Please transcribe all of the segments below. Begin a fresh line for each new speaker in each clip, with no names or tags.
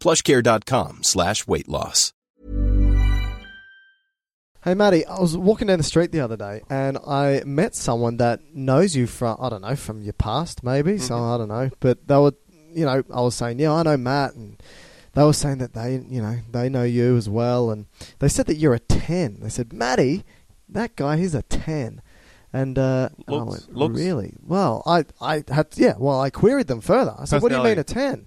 plushcare.com slash weight loss.
Hey, Maddie, I was walking down the street the other day and I met someone that knows you from, I don't know, from your past maybe. So
Mm-hmm.
I don't know. But they were, you know, I was saying, yeah, I know Matt. And they were saying that they, you know, they know you as well. And they said that you're a 10. They said, Maddie, that guy, he's a 10. And, uh, and I
Looks-
went,
looks.
really? Well, I, I had, yeah, well, I queried them further. I said, what do you mean
Personality.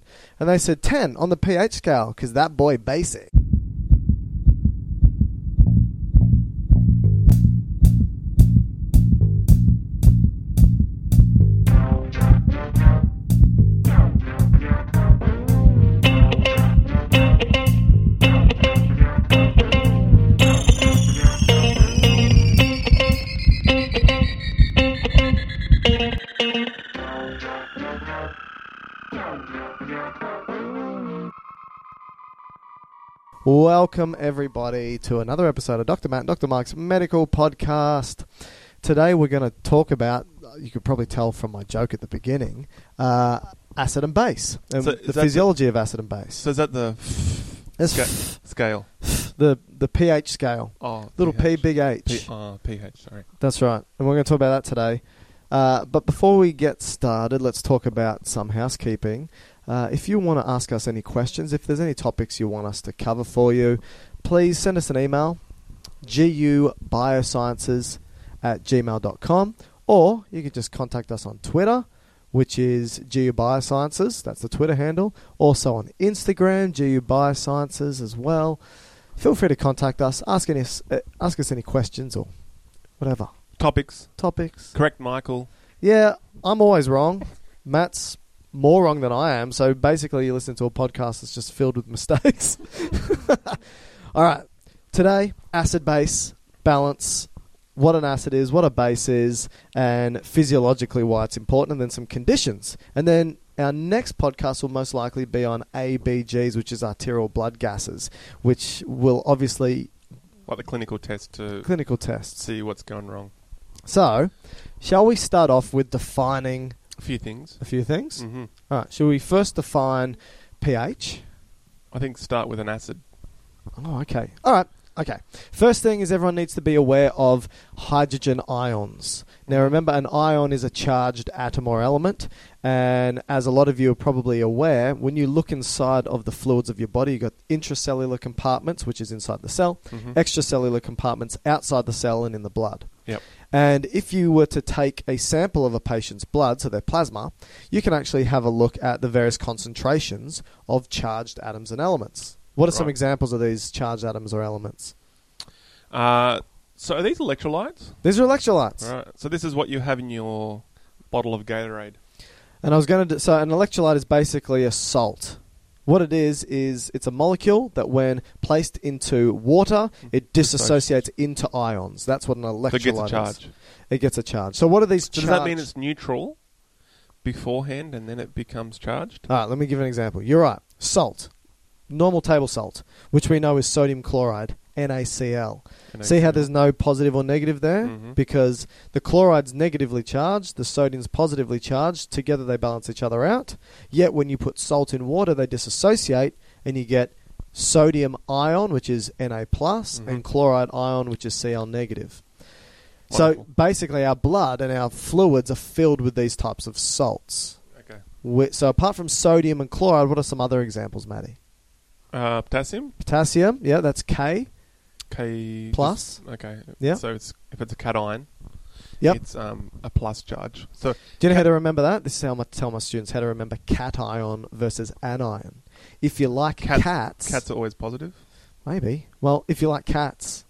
a 10? And they said, 10 on the pH scale because that boy basic. Welcome, everybody, to another episode of Dr. Matt and Dr. Mark's Medical Podcast. Today, we're going to talk about, you could probably tell from my joke at the beginning, uh, acid and base, and
So, is
the
that the-
physiology of acid and base.
So is that the
That's
sca- scale?
the, the pH scale.
Oh,
Little P,
pH.
big H.
P- uh, pH. Sorry.
That's right. And we're going to talk about that today. Uh, but before we get started, let's talk about some housekeeping. Uh, if you want to ask us any questions, if there's any topics you want us to cover for you, please send us an email, gubiosciences at gmail.com, or you can just contact us on Twitter, which is gubiosciences. That's the Twitter handle. Also on Instagram, gubiosciences as well. Feel free to contact us, ask, any, uh, ask us any questions or whatever
Topics.
topics.
Correct, Michael.
Yeah, I'm always wrong. Matt's more wrong than I am. So basically, you listen to a podcast that's just filled with mistakes. All right. Today, acid base balance, what an acid is, what a base is, and physiologically why it's important, and then some conditions. And then our next podcast will most likely be on ABGs, which is arterial blood gases, which will obviously
Like the clinical test to
clinical tests.
see what's gone wrong.
So, shall we start off with defining
A few things.
a few things?
hmm
All right. Shall we first define pH?
I think start with an acid.
Oh, okay. All right. Okay. First thing is everyone needs to be aware of hydrogen ions. Now, remember, an ion is a charged atom or element. And as a lot of you are probably aware, when you look inside of the fluids of your body, you've got intracellular compartments, which is inside the cell, extracellular compartments outside the cell and in the blood.
Yep.
And if you were to take a sample of a patient's blood, so their plasma, you can actually have a look at the various concentrations of charged atoms and elements. What are some
Right.
examples of these charged atoms or elements?
Uh, so are these electrolytes?
These are electrolytes.
Right. So this is what you have in your bottle of Gatorade.
And I was going to so an electrolyte is basically a salt. What it is is it's a molecule that when placed into water, it disassociates into ions. That's what an electrolyte
So it gets a
is.
charge.
It gets a charge. So what are these
So does that mean
charged-
it's neutral beforehand and then it becomes charged?
All right, let me give an example. You're right. Salt. normal table salt, which we know is sodium chloride, NaCl.
And
See how
okay.
there's no positive or negative there?
Mhm.
Because the chloride's negatively charged, the sodium's positively charged, together they balance each other out. Yet when you put salt in water, they disassociate and you get sodium ion, which is Na, plus, and chloride ion, which is Cl negative. So
Wonderful.
basically, our blood and our fluids are filled with these types of salts.
Okay.
Wh- So apart from sodium and chloride, what are some other examples, Matty?
Uh, potassium
Potassium, yeah, that's K.
K
Plus?
Okay.
Yeah.
So it's if it's a cation,
Yep.
it's um, a plus charge. So
Do you know how to remember that? This is how I tell my students how to remember cation versus anion. If you like
Cat-
cats,
cats are always positive.
maybe. Well, if you like cats,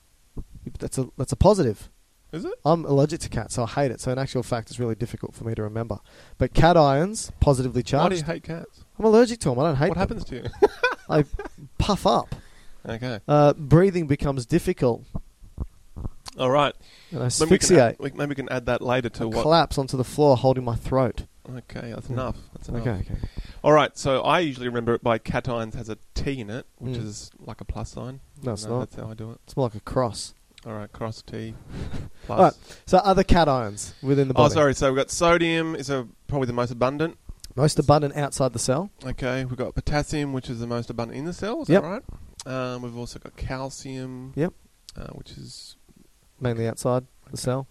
that's a that's a positive.
Is it?
I'm allergic to cats, so I hate it. So in actual fact, it's really difficult for me to remember. But cations, positively
Why do you
charged.
hate cats?
I'm allergic to them. I don't hate
What
them.
happens to you?
I puff up.
okay.
Uh, breathing becomes difficult.
All right.
And I
Maybe we, can add,
asphyxiate.
we- maybe we can add that later to
I
what.
collapse onto the floor, holding my throat.
okay, that's
Yeah.
enough. That's enough.
Okay, okay.
All right. So I usually remember it by cations has a T in it, which
Mm.
is like a plus sign.
No, it's not.
That's how I do it.
It's more like a cross.
All right. Cross T. Plus.
All right. So other cations within the
Oh,
body.
sorry. So we've got sodium is a, probably the most abundant.
Most abundant outside the cell.
Okay, we've got potassium, which is the most abundant in the cell. Is
Yep.
that right? Um, we've also got calcium.
Yep.
Uh, which is
mainly outside the cell.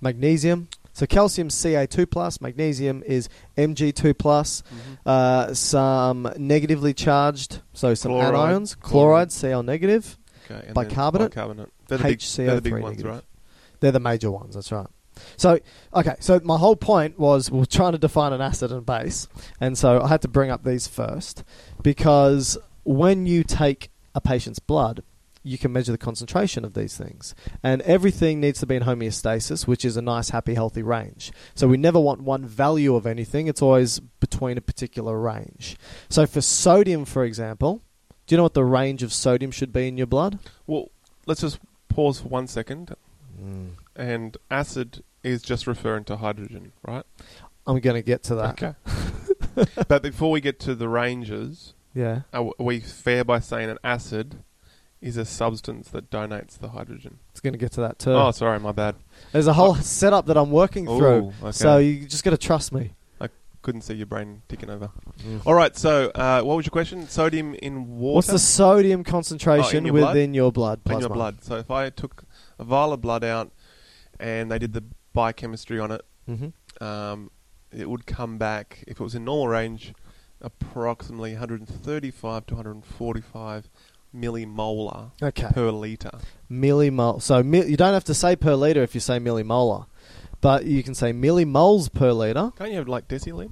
Magnesium. So calcium Ca2 plus, magnesium is Mg2 plus. Uh, some negatively charged, so some
Mm-hmm. Chloride.
anions,
Chloride.
chloride Cl negative.
okay. And
Bicarbonate?
Bicarbonate. They're the, big,
HCO3
they're the big ones,
negative.
right?
They're the major ones. That's right. So okay, so my whole point was we are trying to define an acid and base, and so I had to bring up these first because when you take a patient's blood, you can measure the concentration of these things, and everything needs to be in homeostasis, which is a nice, happy, healthy range. So we never want one value of anything; it's always between a particular range. So for sodium, for example, do you know what the range of sodium should be in your blood?
Well, let's just pause for one second.
Hmm.
And acid is just referring to hydrogen, right?
I'm going to get to that.
Okay. but before we get to the ranges,
Yeah.
are w- are we fair by saying an acid is a substance that donates the hydrogen?
It's going to get to that too.
oh, sorry, my bad.
There's a whole setup that I'm working
Ooh,
through.
okay.
So you just got to trust me.
Couldn't see your brain ticking over. All right, so uh, what was your question? Sodium in water.
Mm. What's the sodium
Oh, in
concentration
your blood?
within your blood
in
plasma?
your blood. So if I took a vial of blood out and they did the biochemistry on it,
hmm
um, it would come back if it was in normal range, approximately 135 to 145 millimolar
Okay.
per liter.
Millimol. So mi- you don't have to say per liter if you say millimolar, but you can say millimoles per liter.
Can't you have like deciliters?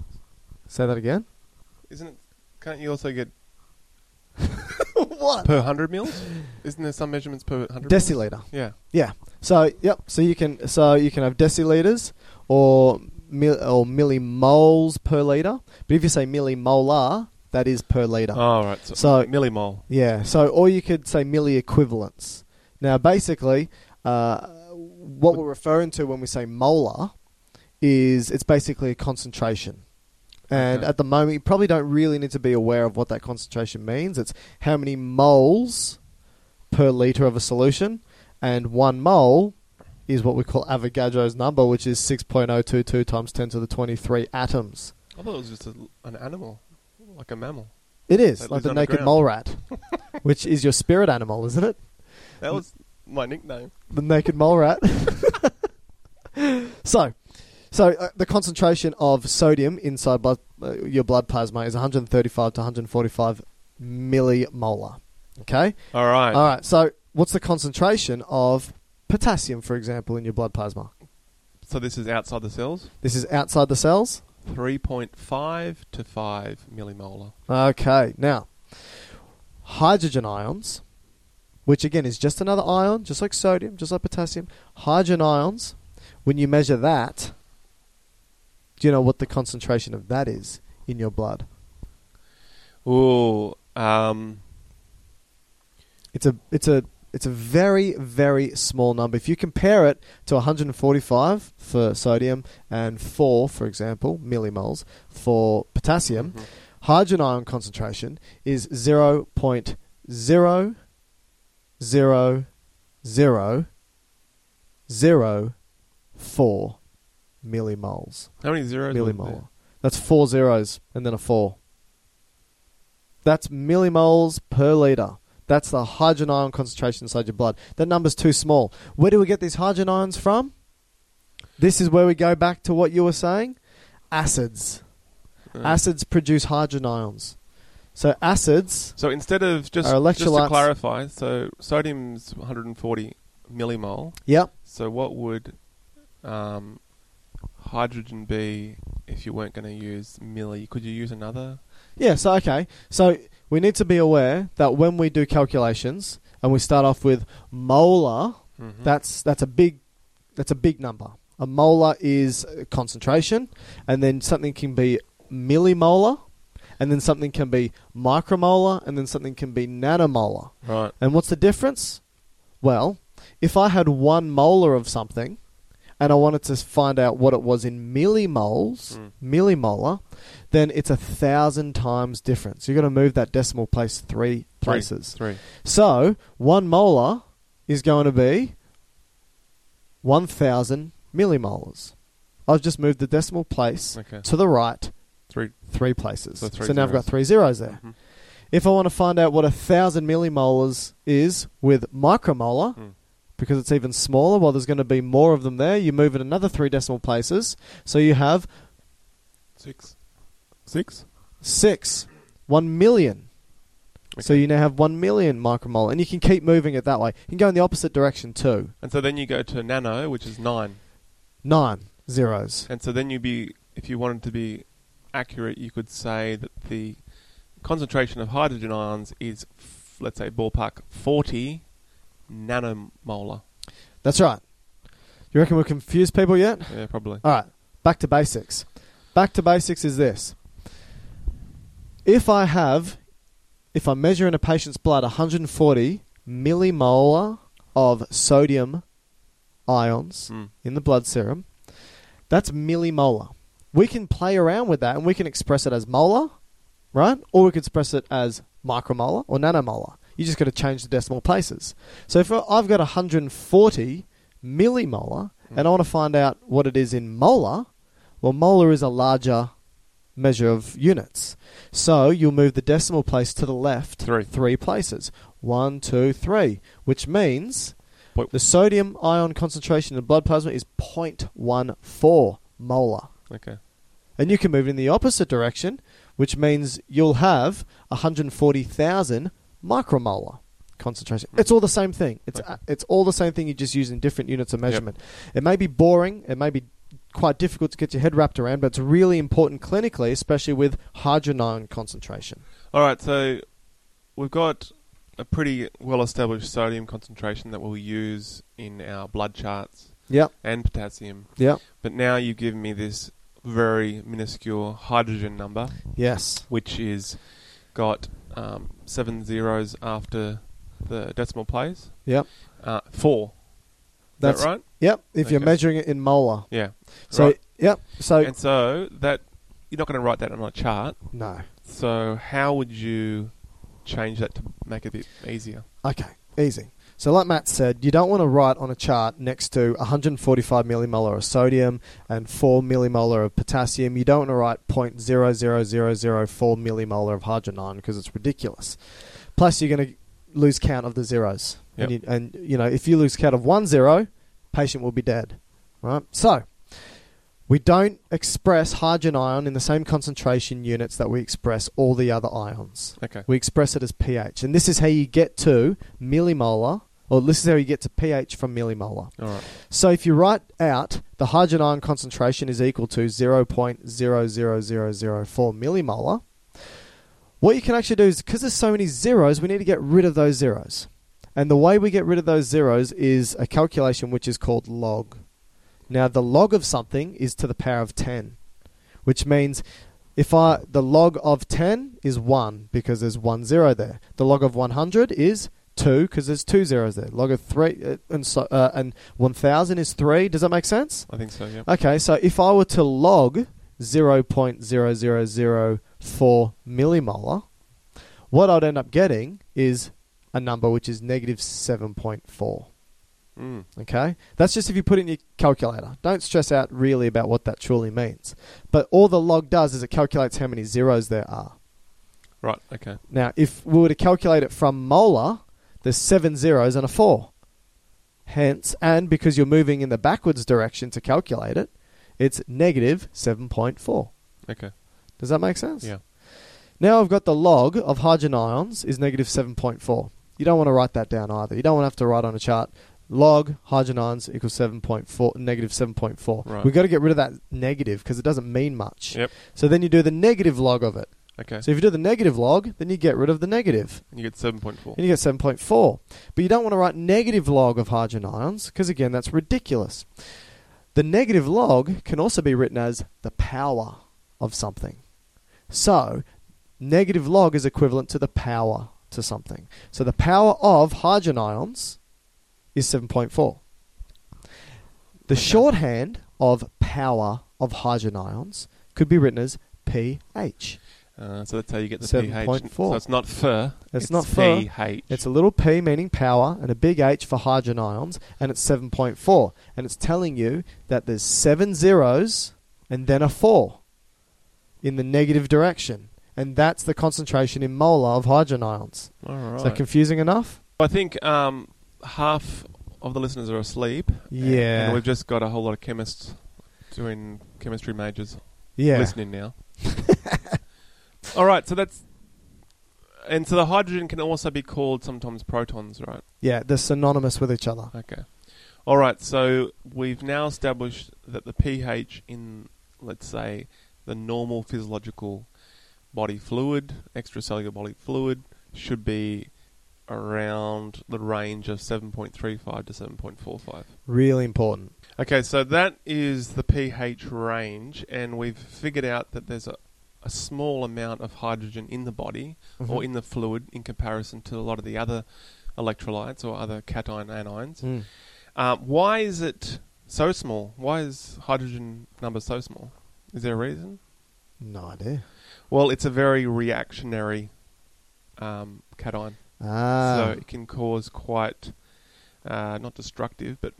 Say that again.
Isn't it? Can't you also get
what?
per hundred mils? Isn't there some measurements per hundred? mils?
Deciliter.
Yeah.
Yeah. So yep. So you can so you can have deciliters or mil- or millimoles per liter. But if you say millimolar, that is per liter.
All Oh, right. So,
So-
millimole.
Yeah, so or you could say milli equivalents. Now, basically, uh, what we're referring to when we say molar is it's basically a concentration. And
Okay.
at the moment, you probably don't really need to be aware of what that concentration means. It's how many moles per liter of a solution, and one mole is what we call Avogadro's number, which is 6.022 times 10 to the 23 atoms.
I thought it was just a, an animal, like a mammal.
It is,
That
like
lives
the naked
underground.
mole rat, which is your spirit animal, isn't it?
That was my nickname.
the naked mole rat. so, so uh, the concentration of sodium inside blood, uh, your blood plasma is 135 to 145 millimolar. Okay.
All right.
All right. So, what's the concentration of potassium, for example, in your blood plasma?
So this is outside the cells.
This is outside the cells.
3.5 to 5 millimolar.
Okay. Now, hydrogen ions, which again is just another ion, just like sodium, just like potassium. Hydrogen ions, when you measure that, do you know what the concentration of that is in your blood?
Ooh, um,
It's a it's a it's a very very small number. If you compare it to 145 for sodium and 4 for example millimoles for potassium, Hydrogen ion concentration is 0.00000001 four millimoles.
How many zeros? were there?
Millimole. That's four zeros and then a four. That's millimoles per liter. That's the hydrogen ion concentration inside your blood. That number's too small. Where do we get these hydrogen ions from? This is where we go back to what you were saying. Acids.
Uh,
Acids produce hydrogen ions. So acids
So instead of just,
Our
just to
electrolytes-
clarify, so sodium's 140 millimole.
Yep.
So what would um, hydrogen be if you weren't going to use milli? Could you use another?
Yeah, so okay. So we need to be aware that when we do calculations and we start off with molar,
Mhm.
that's that's a big that's a big number. A molar is uh, concentration and then something can be millimolar and then something can be micromolar and then something can be nanomolar.
Right.
And what's the difference? Well, if I had one molar of something and I wanted to find out what it was in millimoles,
Mm.
millimolar, then it's a thousand times different. So you've got to move that decimal place three
Three.
places.
Three.
So one molar is going to be 1,000 millimolars. I've just moved the decimal place
Okay.
to the right
Three.
three places.
So
So,
three
now I've got
zeros.
three zeros there.
Mhm.
If I want to find out what a thousand millimolars is with micromolar,
Mm.
because it's even smaller, well, there's going to be more of them there. You move it another three decimal places, so you have
Six. Six.
six, one million. So
Okay.
you now have one million micromolar, and you can keep moving it that way. You can go in the opposite direction too.
And so then you go to nano, which is nine.
Nine zeros.
And so then you'd be, if you wanted to be accurate, you could say that the concentration of hydrogen ions is, f- let's say, ballpark 40 nanomolar.
That's right. You reckon we'll confuse people yet?
Yeah, probably.
All right, back to basics. Back to basics is this. If I have, if I measure in a patient's blood 140 millimolar of sodium ions
Mm.
in the blood serum, that's millimolar. We can play around with that and we can express it as molar, right? Or we could express it as micromolar or nanomolar. You just got to change the decimal places. So if I've got 140 millimolar and I want to find out what it is in molar, well, molar is a larger measure of units. So you'll move the decimal place to the left
Three.
three places. One, two, three, which means
Point-
the sodium ion concentration in the blood plasma is 0.14 molar.
Okay.
And you can move in the opposite direction, which means you'll have 140,000 micromolar concentration. It's all the same thing. It's uh,
Okay.
it's all the same thing. You just use in different units of measurement. It may be boring. It may be quite difficult to get your head wrapped around, but it's really important clinically, especially with hydrogen ion concentration.
All right, so we've got a pretty well established sodium concentration that we'll use in our blood charts
Yep.
and potassium.
Yep.
But now you've given me this very minuscule hydrogen number,
Yes.
which is got um, seven zeros after the decimal place.
Yep.
Uh, four. Is
That's
that right?
Yep. If you're
Okay.
measuring it in molar,
Yeah.
so
right.
yep. So
and so that you're not going to write that on a chart.
no.
So how would you change that to make it a bit easier?
Okay, easy. So, like Matt said, you don't want to write on a chart next to 145 millimolar of sodium and 4 millimolar of potassium. You don't want to write 0.00004 millimolar of hydrogen ion because it's ridiculous. Plus, you're going to lose count of the zeros.
Yep.
And, you, and, you know, if you lose count of one zero, patient will be dead. Right? So, we don't express hydrogen ion in the same concentration units that we express all the other ions.
Okay.
We express it as pH. And this is how you get to millimolar, or this is how you get to pH from millimolar.
All right.
So if you write out the hydrogen ion concentration is equal to 0.00004 millimolar, what you can actually do is because there's so many zeros, we need to get rid of those zeros. And the way we get rid of those zeros is a calculation which is called log. Now the log of something is to the power of 10, which means if I the log of 10 is 1 because there's one zero there. The log of 100 is 2 because there's two zeros there. Log of 3 uh, and so uh, and 1000 is 3. Does that make sense?
I think so, yeah.
Okay, so if I were to log 0.00004 for millimolar, what I'd end up getting is a number which is negative 7.4.
Mm.
Okay? That's just if you put it in your calculator. Don't stress out really about what that truly means. But all the log does is it calculates how many zeros there are.
Right. Okay.
Now, if we were to calculate it from molar, there's seven zeros and a four. Hence, and because you're moving in the backwards direction to calculate it, it's negative 7.4.
Okay.
Does that make sense?
Yeah.
Now I've got the log of hydrogen ions is negative 7.4. You don't want to write that down either. You don't want to have to write on a chart log hydrogen ions equals 7.4, negative 7.4.
Right.
We've got to get rid of that negative because it doesn't mean much.
Yep.
So then you do the negative log of it.
Okay.
So if you do the negative log, then you get rid of the negative
you get seven point four.
and you get 7.4. But you don't want to write negative log of hydrogen ions because, again, that's ridiculous. The negative log can also be written as the power of something. So, negative log is equivalent to the power to something. So, the power of hydrogen ions is 7.4. The shorthand of power of hydrogen ions could be written as pH.
Uh, so that's how you get the pH.
7.4.
So it's not fur.
It's not fur.
pH.
It's a little p meaning power and a big H for hydrogen ions, and it's 7.4. And it's telling you that there's seven zeros and then a four in the negative direction. And that's the concentration in molar of hydrogen ions.
All right.
Is that confusing enough?
I think um, half of the listeners are asleep.
Yeah.
And we've just got a whole lot of chemists doing chemistry majors
Yeah.
listening now. All right. So that's. And so the hydrogen can also be called sometimes protons, right?
Yeah, they're synonymous with each other.
Okay. All right. So we've now established that the pH in, let's say, the normal physiological body fluid, extracellular body fluid, should be around the range of 7.35 to 7.45.
Really important.
Okay, so that is the pH range, and we've figured out that there's a, a small amount of hydrogen in the body or in the fluid in comparison to a lot of the other electrolytes or other cation anions.
Mm.
Um, why is it so small? Why is hydrogen number so small? Is there a reason?
No idea.
Well, it's a very reactionary um, cation, so
Ah.
it can cause quite uh, not destructive, but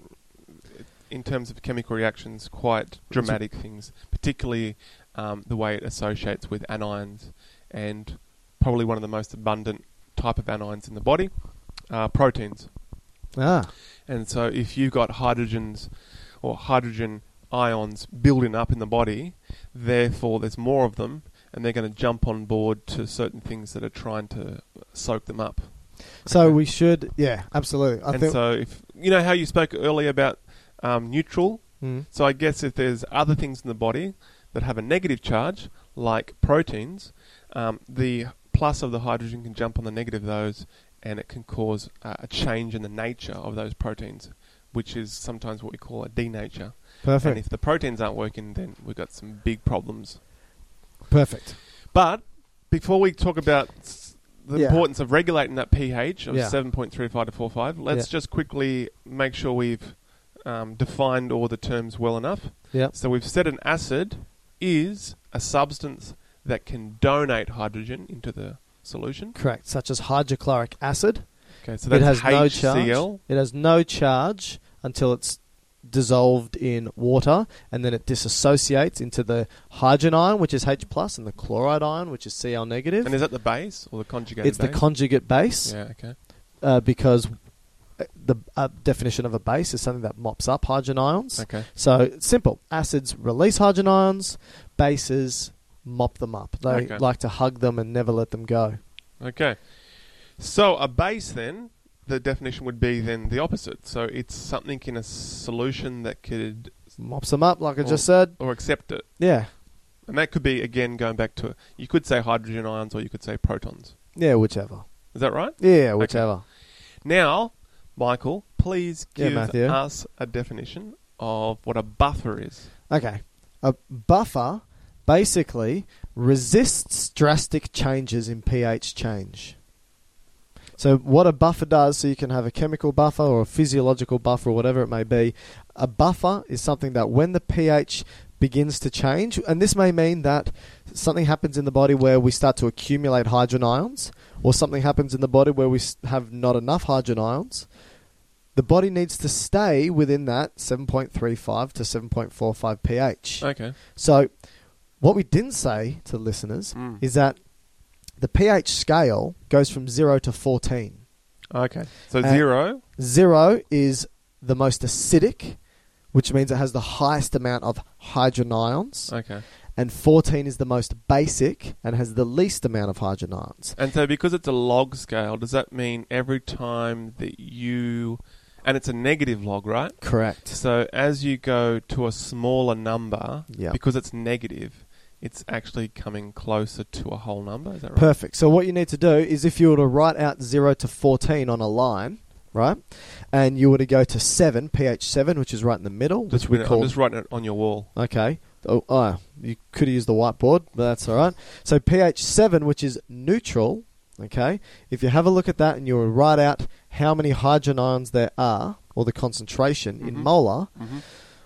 in terms of chemical reactions, quite dramatic things. Particularly um, the way it associates with anions, and probably one of the most abundant type of anions in the body, uh, proteins.
ah.
And so if you've got hydrogens or hydrogen ions building up in the body, therefore there's more of them and they're going to jump on board to certain things that are trying to soak them up.
So we should, yeah, absolutely. I
and
think.
so if you know how you spoke earlier about um, neutral,
Mm.
so I guess if there's other things in the body that have a negative charge, like proteins, um, the plus of the hydrogen can jump on the negative of those, and it can cause uh, a change in the nature of those proteins, which is sometimes what we call a denature.
Perfect.
And if the proteins aren't working, then we've got some big problems.
Perfect.
But before we talk about s- the
Yeah.
importance of regulating that pH of
Yeah.
7.35 to 4.5, let's
Yeah.
just quickly make sure we've um, defined all the terms well enough.
Yep.
So we've said an acid is a substance that can donate hydrogen into the solution.
Correct. Such as hydrochloric acid.
Okay, so that's
it has no
HCl.
charge. It has no charge until it's dissolved in water, and then it disassociates into the hydrogen ion, which is H plus, and the chloride ion, which is Cl negative.
And is that the base or the conjugated
it's the
base?
conjugate base
Yeah, okay.
uh, because uh, the uh, definition of a base is something that mops up hydrogen ions.
Okay.
So it's simple. Acids release hydrogen ions. Bases mop them up. They
Okay.
like to hug them and never let them go.
Okay. So a base then, the definition would be then the opposite. So it's something in a solution that could
Mops them up, like I
Well-
just said.
or accept it.
Yeah.
And that could be again going back to you could say hydrogen ions or you could say protons.
Yeah, whichever.
Is that right?
Yeah, whichever.
Now, Michael, please
Yeah,
give
Matthew.
us a definition of what a buffer is.
Okay. A buffer basically resists drastic changes in pH change. So, what a buffer does, so you can have a chemical buffer or a physiological buffer or whatever it may be, a buffer is something that when the pH begins to change. And this may mean that something happens in the body where we start to accumulate hydrogen ions, or something happens in the body where we s- have not enough hydrogen ions. The body needs to stay within that 7.35 to 7.45 pH.
Okay.
So, what we didn't say to listeners
Mm.
is that the pH scale goes from 0 to 14.
Okay. So
Uh,
zero.
0 is the most acidic, which means it has the highest amount of hydrogen ions,
Okay.
and 14 is the most basic and has the least amount of hydrogen ions.
And so because it's a log scale, does that mean every time that you and it's a negative log, right?
Correct.
So as you go to a smaller number,
Yeah.
because it's negative, it's actually coming closer to a whole number. Is that right?
Perfect. So what you need to do is if you were to write out 0 to 14 on a line, right? And you were to go to 7, pH 7, which is right in the middle,
Just,
which we
written-
call
I'm just writing it on your wall.
Okay. Oh, ah, you could have used the whiteboard, but that's all right. So pH seven, which is neutral. Okay. If you have a look at that and you will write out how many hydrogen ions there are, or the concentration in
Mhm.
molar,
Mhm.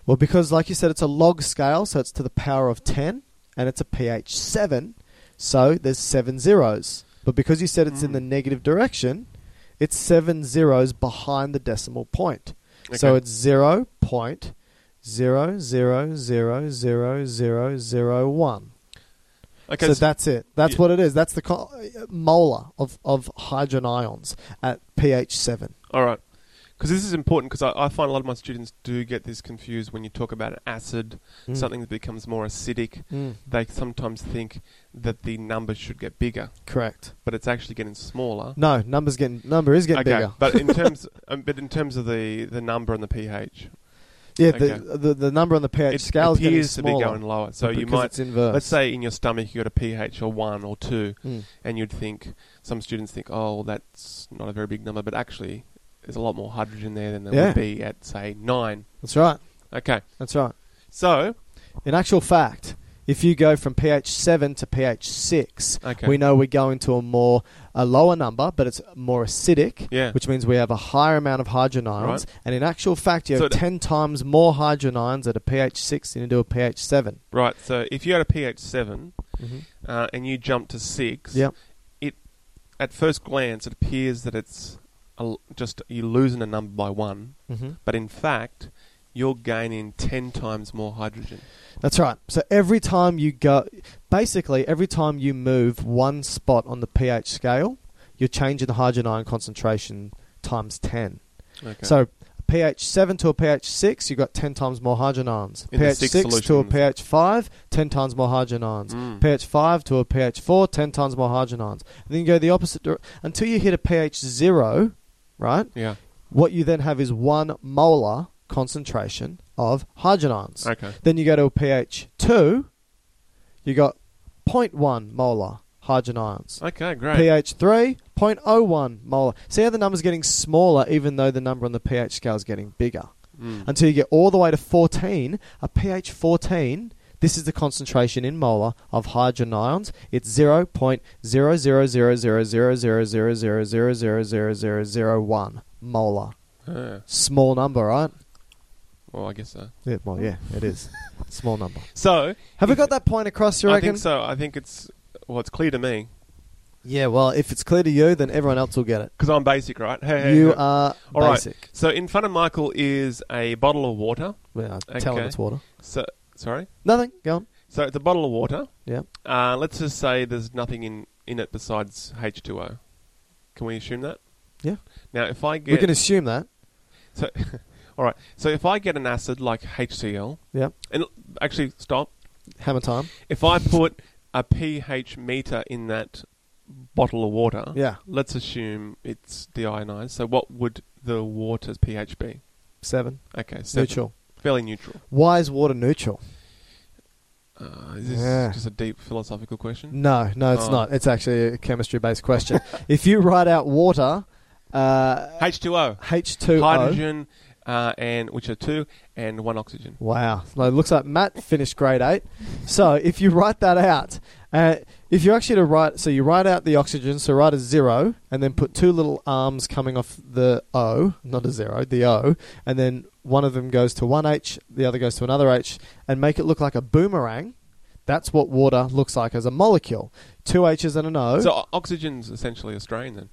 well, because like you said, it's a log scale, so it's to the power of ten, and it's a pH seven, so there's seven zeros. But because you said it's in
Mm.
the negative direction, it's seven zeros behind the decimal point. So
Okay.
it's zero point zero zero zero zero zero zero one.
Okay.
so
so-
that's it. That's
Yeah.
what it is. That's the co- molar of, of hydrogen ions at pH seven.
All right. Because this is important because I, I find a lot of my students do get this confused when you talk about an acid,
Mm.
something that becomes more acidic. They sometimes think that the numbers should get bigger,
Correct.
but it's actually getting smaller.
No, numbers getting number is getting
okay,
bigger.
but in terms, um, but in terms of the, the number and the pH,
Yeah, the,
okay.
the the number on the pH
it
scale is getting
appears to be
smaller.
going lower. So you
because
might,
it's inverse.
let's say, in your stomach you got a pH of one or two,
Mm.
and you'd think some students think, oh, well, that's not a very big number, but actually, there's a lot more hydrogen there than there
Yeah.
would be at say nine.
that's right.
Okay,
That's right.
so
In actual fact, if you go from pH seven to pH six,
okay,
we know we're going to a more a lower number, but it's more acidic,
Yeah.
which means we have a higher amount of hydrogen ions. And in actual fact, you have
So it-
ten times more hydrogen ions at a pH six than you do a pH 7
Right. So if you had a pH seven
Mm-hmm.
uh, and you jump to six,
Yep.
it at first glance it appears that it's a l just you're losing a number by one,
Mm-hmm.
but in fact you're gaining ten times more hydrogen.
That's right. So every time you go, basically every time you move one spot on the pH scale, you're changing the hydrogen ion concentration times ten.
Okay.
So pH 7 to a pH 6, you've got 10 times more hydrogen ions.
In the
pH 6
six
to a
solutions.
pH 5, 10 times more hydrogen ions.
Mm.
pH 5 to a pH 4, 10 times more hydrogen ions. And then you go the opposite direction. Until you hit a pH 0, right,
yeah.
what you then have is 1 molar concentration of hydrogen ions.
Okay.
Then you go to a pH 2, you got 0.1 molar hydrogen ions.
Okay. Great.
pH 3, 0.01 molar. See how the number's getting smaller even though the number on the pH scale is getting bigger.
Mm.
Until you get all the way to 14, a pH 14, this is the concentration in molar of hydrogen ions. It's 0.000000000000001 molar.
Yeah.
Small number, right?
Uh, Well, I guess so.
Yeah, well, yeah, it is. Small number.
So
Have we got that point across, you
I
reckon?
think so. I think it's well, it's clear to me
Yeah, well, if it's clear to you, then everyone else will get it.
because I'm basic, right? Hey, hey,
You
hey.
are
All right.
basic.
So in front of Michael is a bottle of water.
Well, tell him
Okay.
it's water.
So sorry.
Nothing. Go on.
So it's a bottle of water.
Yeah.
Uh, let's just say there's nothing in, in it besides H2O. Can we assume that?
Yeah.
Now, if I get
We can assume that.
so, all right. So if I get an acid like HCl,
Yeah.
and actually stop.
Hammer time.
If I put a pH meter in that bottle of water,
Yeah.
Let's assume it's deionized. So what would the water's pH be?
Seven.
Okay, seven.
Neutral.
fairly neutral.
Why is water neutral?
Uh, is this
Yeah.
just a deep philosophical question?
No, no, it's
Oh.
not. It's actually a chemistry based question. if you write out water, uh,
H2O.
H2O.
hydrogen, uh, and which are two, and one oxygen.
Wow. No, it looks like Matt finished grade eight. So if you write that out, Uh, if you actually to write, so you write out the oxygen, so write a zero, and then put two little arms coming off the O, not a zero, the O, and then one of them goes to one H, the other goes to another H, and make it look like a boomerang. That's what water looks like as a molecule. Two H's and an O,
So o- oxygen's essentially a strain then.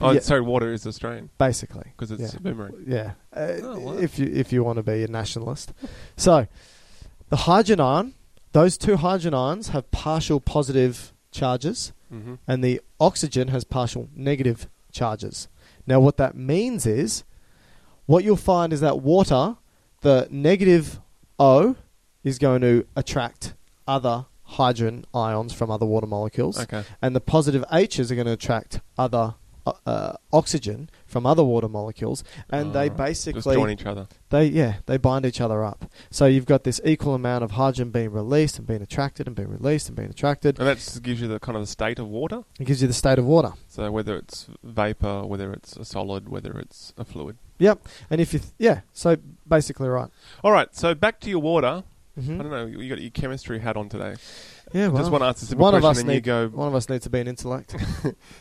Oh,
Yeah.
sorry, water is a strain
basically.
because it's
Yeah.
a boomerang.
Yeah. Uh,
Oh, wow.
If you if you want to be a nationalist. So, the hydrogen ion, those two hydrogen ions have partial positive charges,
Mm-hmm.
and the oxygen has partial negative charges. Now, what that means is, what you'll find is that water, the negative O, is going to attract other hydrogen ions from other water molecules
Okay.
and the positive H's are going to attract other uh, uh, oxygen from other water molecules, and they
Alright. uh, Just
basically
join each other.
they yeah they bind each other up. So you've got this equal amount of hydrogen being released and being attracted and being released and being attracted.
And that just gives you the kind of the state of water.
It gives you the state of water.
So whether it's vapor, whether it's a solid, whether it's a fluid.
Yep. And if you th- yeah, so basically right.
All right. So back to your water. I
Mm-hmm.
don't know. You got your chemistry hat on today.
Yeah. Well,
Just want to ask a simple
one of
question,
us
and you
need
go.
one of us needs to be an intellect.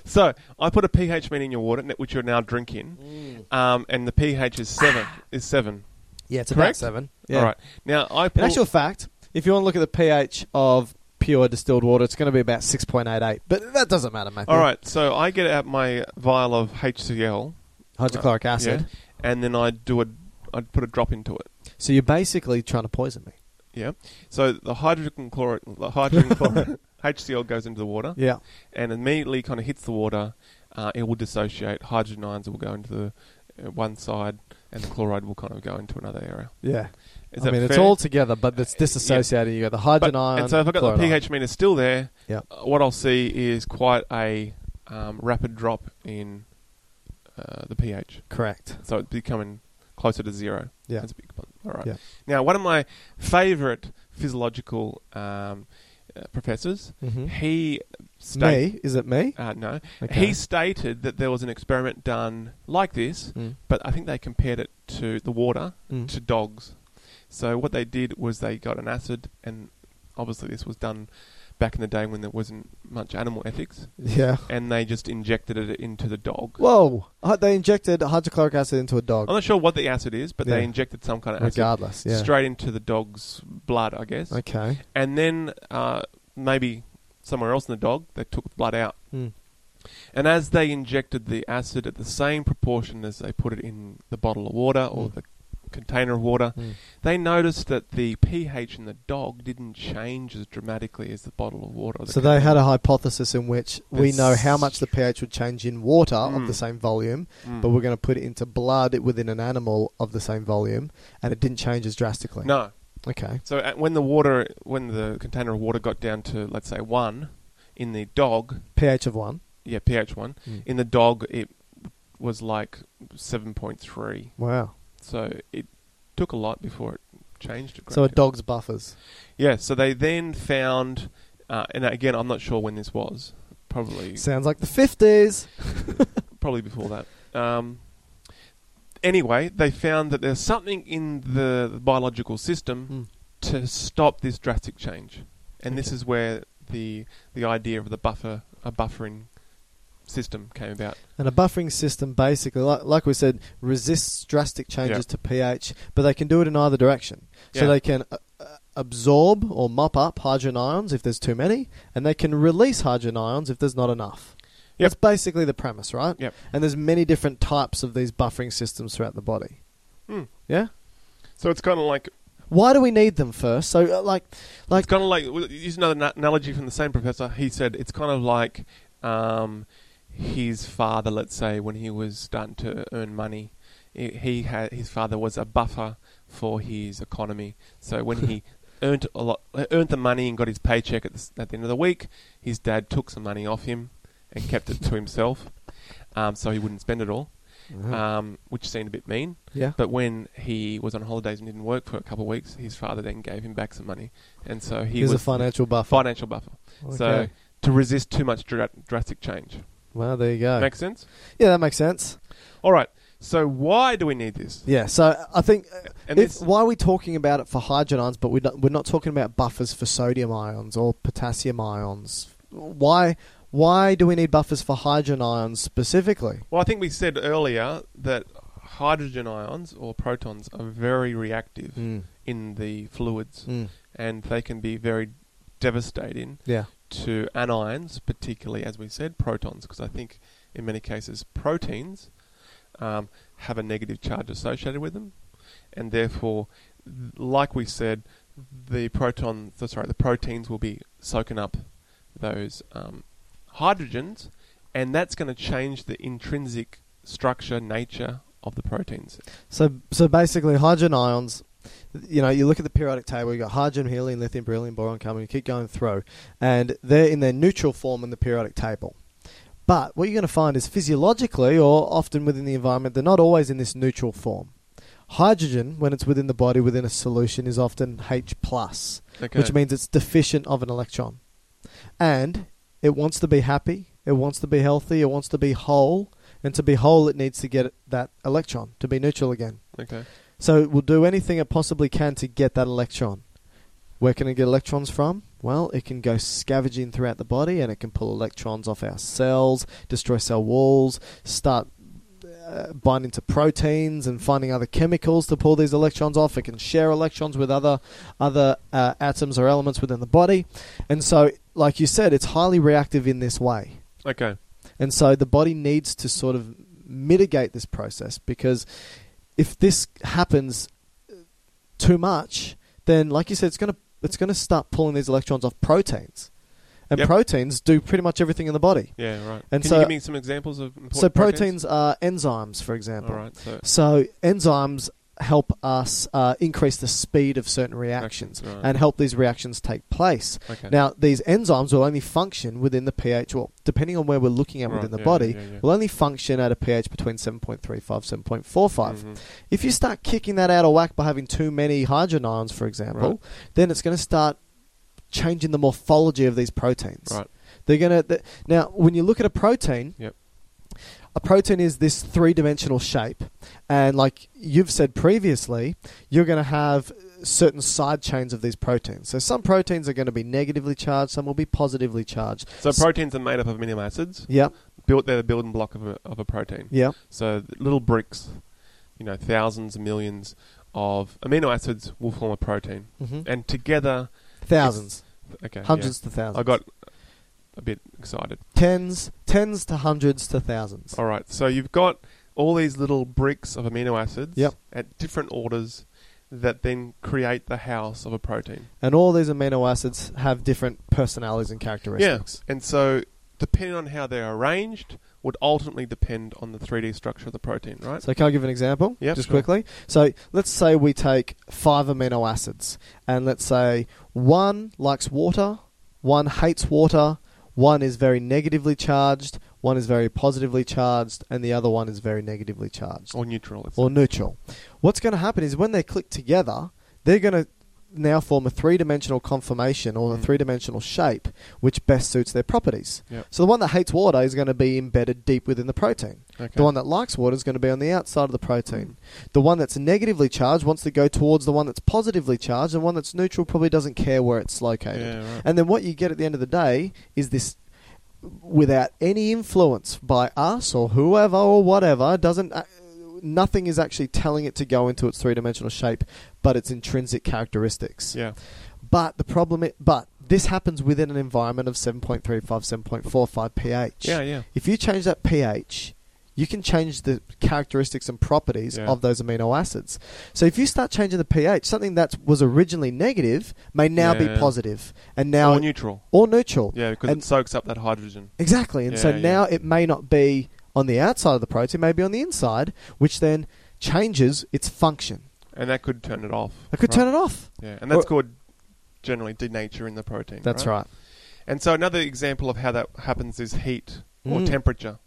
So I put a pH meter in your water, which you're now drinking,
Mm.
um, and the pH is seven. is seven.
yeah, it's
Correct?
about seven. Ah. Yeah.
All right. Now I
In
pull,
actual fact, if you want to look at the pH of pure distilled water, it's going to be about six point eight eight. But that doesn't matter, Matthew.
All right. So I get out my vial of HCl.
Hydrochloric acid.
Yeah, and then I do a I'd put a drop into it.
So you're basically trying to poison me.
Yeah. So the hydrogen chloride, the hydrogen chloride, HCl goes into the water,
Yeah.
and immediately kind of hits the water. Uh, it will dissociate. Hydrogen ions will go into the uh, one side, and the chloride will kind of go into another area.
Yeah.
Is
I
that
mean, it's
fair?
all together, but it's disassociated. You got the hydrogen
But-
ion.
and so if I got the
chloride ion.
pH meter still there,
Yeah.
uh, what I'll see is quite a um, rapid drop in uh, the pH.
Correct.
So it's becoming closer to zero.
Yeah.
That's a big pun. All right.
Yeah.
Now, one of my favourite physiological um, uh, professors,
Mhm.
he stated.
Me? Is it me?
Uh, no,
Okay.
he stated that there was an experiment done like this,
Mm.
but I think they compared it to the water
Mm.
to dogs. So what they did was they got an acid, and obviously this was done back in the day when there wasn't much animal ethics,
Yeah.
and they just injected it into the dog.
Whoa. Uh, They injected hydrochloric acid into a
I'm
dog.
not sure what the acid is, but
Yeah.
they injected some kind of acid
Regardless. Yeah.
straight into the dog's blood, I guess.
Okay.
And then uh, maybe somewhere else in the dog, they took the blood out.
Mm.
And as they injected the acid at the same proportion as they put it in the bottle of water or
Mm.
the container of water,
Mm.
they noticed that the pH in the dog didn't change as dramatically as the bottle of water. or the
So they had
container.
a hypothesis in which we
That's-
know how much the pH would change in water of
Mm.
the same volume,
Mm.
but we're going to put it into blood within an animal of the same volume, and it didn't change as drastically.
no.
Okay.
So uh, when the water, when the container of water got down to let's say one, in the dog,
pH of one.
yeah, pH one,
Mm.
in the dog it was like seven point three.
Wow.
So it took a lot before it changed.
So a
great deal.
dog's buffers.
Yeah. So they then found, uh, and again, I'm not sure when this was. Probably,
Sounds like the fifties.
probably before that. Um, anyway, they found that there's something in the, the biological system to stop this drastic change, and this
Hmm. Okay.
is where the the idea of the buffer a buffering system came about.
And a buffering system basically, like, like we said, resists drastic changes
Yeah.
to pH, but they can do it in either direction. So
Yeah.
they can uh, uh, absorb or mop up hydrogen ions if there's too many, and they can release hydrogen ions if there's not enough.
Yep.
That's basically the premise, right?
Yep.
And there's many different types of these buffering systems throughout the body.
Hmm.
Yeah.
So it's kind of like
Why do we need them first? So, uh, like, like
It's kind of like well, use another na- analogy from the same professor. He said it's kind of like um, his father, let's say, when he was starting to earn money. He, he had his father was a buffer for his economy. So when he earned a lot, earned the money and got his paycheck at the, s- at the end of the week, his dad took some money off him and kept it to himself, um, so he wouldn't spend it all, um, which seemed a bit mean.
yeah.
But when he was on holidays and didn't work for a couple of weeks, his father then gave him back some money, and so he
He's
was
a financial buffer.
financial buffer. So
Okay.
to resist too much dra- drastic change.
Well, there you go.
Makes sense.
yeah, that makes sense.
All right. So why do we need this?
Yeah, so I think uh,
And
if,
this-
why are we talking about it for hydrogen ions, but we're not, we're not talking about buffers for sodium ions or potassium ions? Why why do we need buffers for hydrogen ions specifically?
Well, I think we said earlier that hydrogen ions or protons are very reactive
Mm.
in the fluids,
Mm.
and they can be very devastating
Yeah,
to anions, particularly as we said, protons, because I think in many cases proteins um, have a negative charge associated with them, and therefore, th- like we said, the proton, th- sorry, the proteins will be soaking up those um, hydrogens, and that's going to change the intrinsic structure, nature of the proteins.
so so basically hydrogen ions. You know, you look at the periodic table. You have got hydrogen, helium, lithium, beryllium, boron, carbon. You keep going through, and they're in their neutral form in the periodic table. But what you're going to find is physiologically, or often within the environment, they're not always in this neutral form. Hydrogen, when it's within the body within a solution, is often H plus,
Okay.
which means it's deficient of an electron, and it wants to be happy, it wants to be healthy, it wants to be whole, and to be whole, it needs to get that electron to be neutral again.
okay.
So it will do anything it possibly can to get that electron. Where can it get electrons from? Well, it can go scavenging throughout the body and it can pull electrons off our cells, destroy cell walls, start uh, binding to proteins and finding other chemicals to pull these electrons off. It can share electrons with other other uh, atoms or elements within the body. And so, like you said, it's highly reactive in this way.
Okay.
And so the body needs to sort of mitigate this process because if this happens uh, too much, then like you said, it's going to it's going to start pulling these electrons off proteins, and
Yep.
proteins do pretty much everything in the body.
Yeah. Right.
And
can
so-
you give me some examples of important
so proteins are enzymes, for example.
All right. So
So enzymes help us uh, increase the speed of certain reactions
Reactions, right.
and help these reactions take place.
okay.
Now, these enzymes will only function within the pH, well, depending on where we're looking at
Right,
within the
yeah,
body,
yeah, yeah.
will only function at a pH between 7.35, 7.45.
Mhm.
If you start kicking that out of whack by having too many hydrogen ions, for example,
Right.
then it's going to start changing the morphology of these proteins.
Right.
They're going to. Th- now, when you look at a protein,
Yep.
a protein is this three dimensional shape, and like you've said previously, you're going to have certain side chains of these proteins. So some proteins are going to be negatively charged, some will be positively charged.
So proteins are made up of amino acids.
Yeah,
Built they're the building block of a, of a protein.
yeah,
So th- little bricks, you know, thousands, millions of amino acids will form a protein,
hmm
and together,
thousands,
okay, yeah.
hundreds to thousands.
I got a bit excited.
tens, tens to hundreds to thousands.
All right, so you've got all these little bricks of amino acids
Yep.
at different orders that then create the house of a protein.
And all these amino acids have different personalities and characteristics.
Yeah, and so depending on how they're arranged would ultimately depend on the 3D structure of the protein, right?
So can I give an example?
Yep,
just
sure.
quickly. So let's say we take five amino acids, and let's say one likes water, one hates water, one is very negatively charged, one is very positively charged, and the other one is very negatively charged.
or neutral. let's
or neutral. What's going to happen is when they click together, they're going to now form a three dimensional conformation or a
Mm.
three dimensional shape which best suits their properties.
Yep.
So the one that hates water is going to be embedded deep within the protein.
say. Okay.
The one that likes water is going to be on the outside of the protein. The one that's negatively charged wants to go towards the one that's positively charged, and one that's neutral probably doesn't care where it's located.
Yeah, right.
And then what you get at the end of the day is this without any influence by us or whoever or whatever doesn't uh, nothing is actually telling it to go into its three-dimensional shape but its intrinsic characteristics
Yeah.
but the problem i but this happens within an environment of 7.35 7.45 ph
Yeah, yeah.
if you change that pH, you can change the characteristics and properties
Yeah.
of those amino acids. So if you start changing the pH, something that was originally negative may now
Yeah.
be positive and now
or neutral.
or neutral.
Yeah, because
And-
it soaks up that hydrogen.
Exactly. And so
Yeah, yeah.
now it may not be on the outside of the protein, it may be on the inside, which then changes its function.
And that could turn it off.
I could turn it off.
Yeah, and that's
Or-
called generally denaturing the protein.
That's right.
And so another example of how that happens is heat or
Mm.
temperature.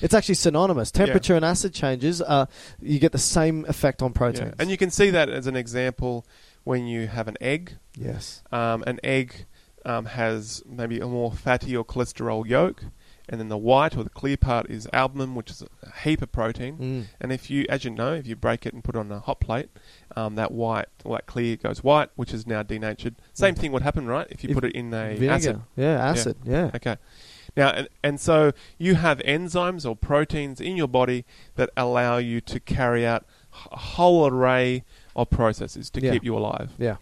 It's actually synonymous. Temperature and acid changes, uh, you get the same effect on proteins.
Yeah. And you can see that as an example when you have an egg.
yes.
Um, an egg um, has maybe a more fatty or cholesterol yolk, and then the white or the clear part is albumin, which is a heap of protein.
Mm.
And if you, as you know, if you break it and put it on a hot plate, um, that white, or that clear goes white, which is now denatured. Same thing would happen, right? If you
Mm. If
put it in a
Vinegar.
acid.
Yeah, acid. Yeah.
Okay. Now, and, and so you have enzymes or proteins in your body that allow you to carry out h- a whole array of processes to
Yeah.
keep you alive
Yeah.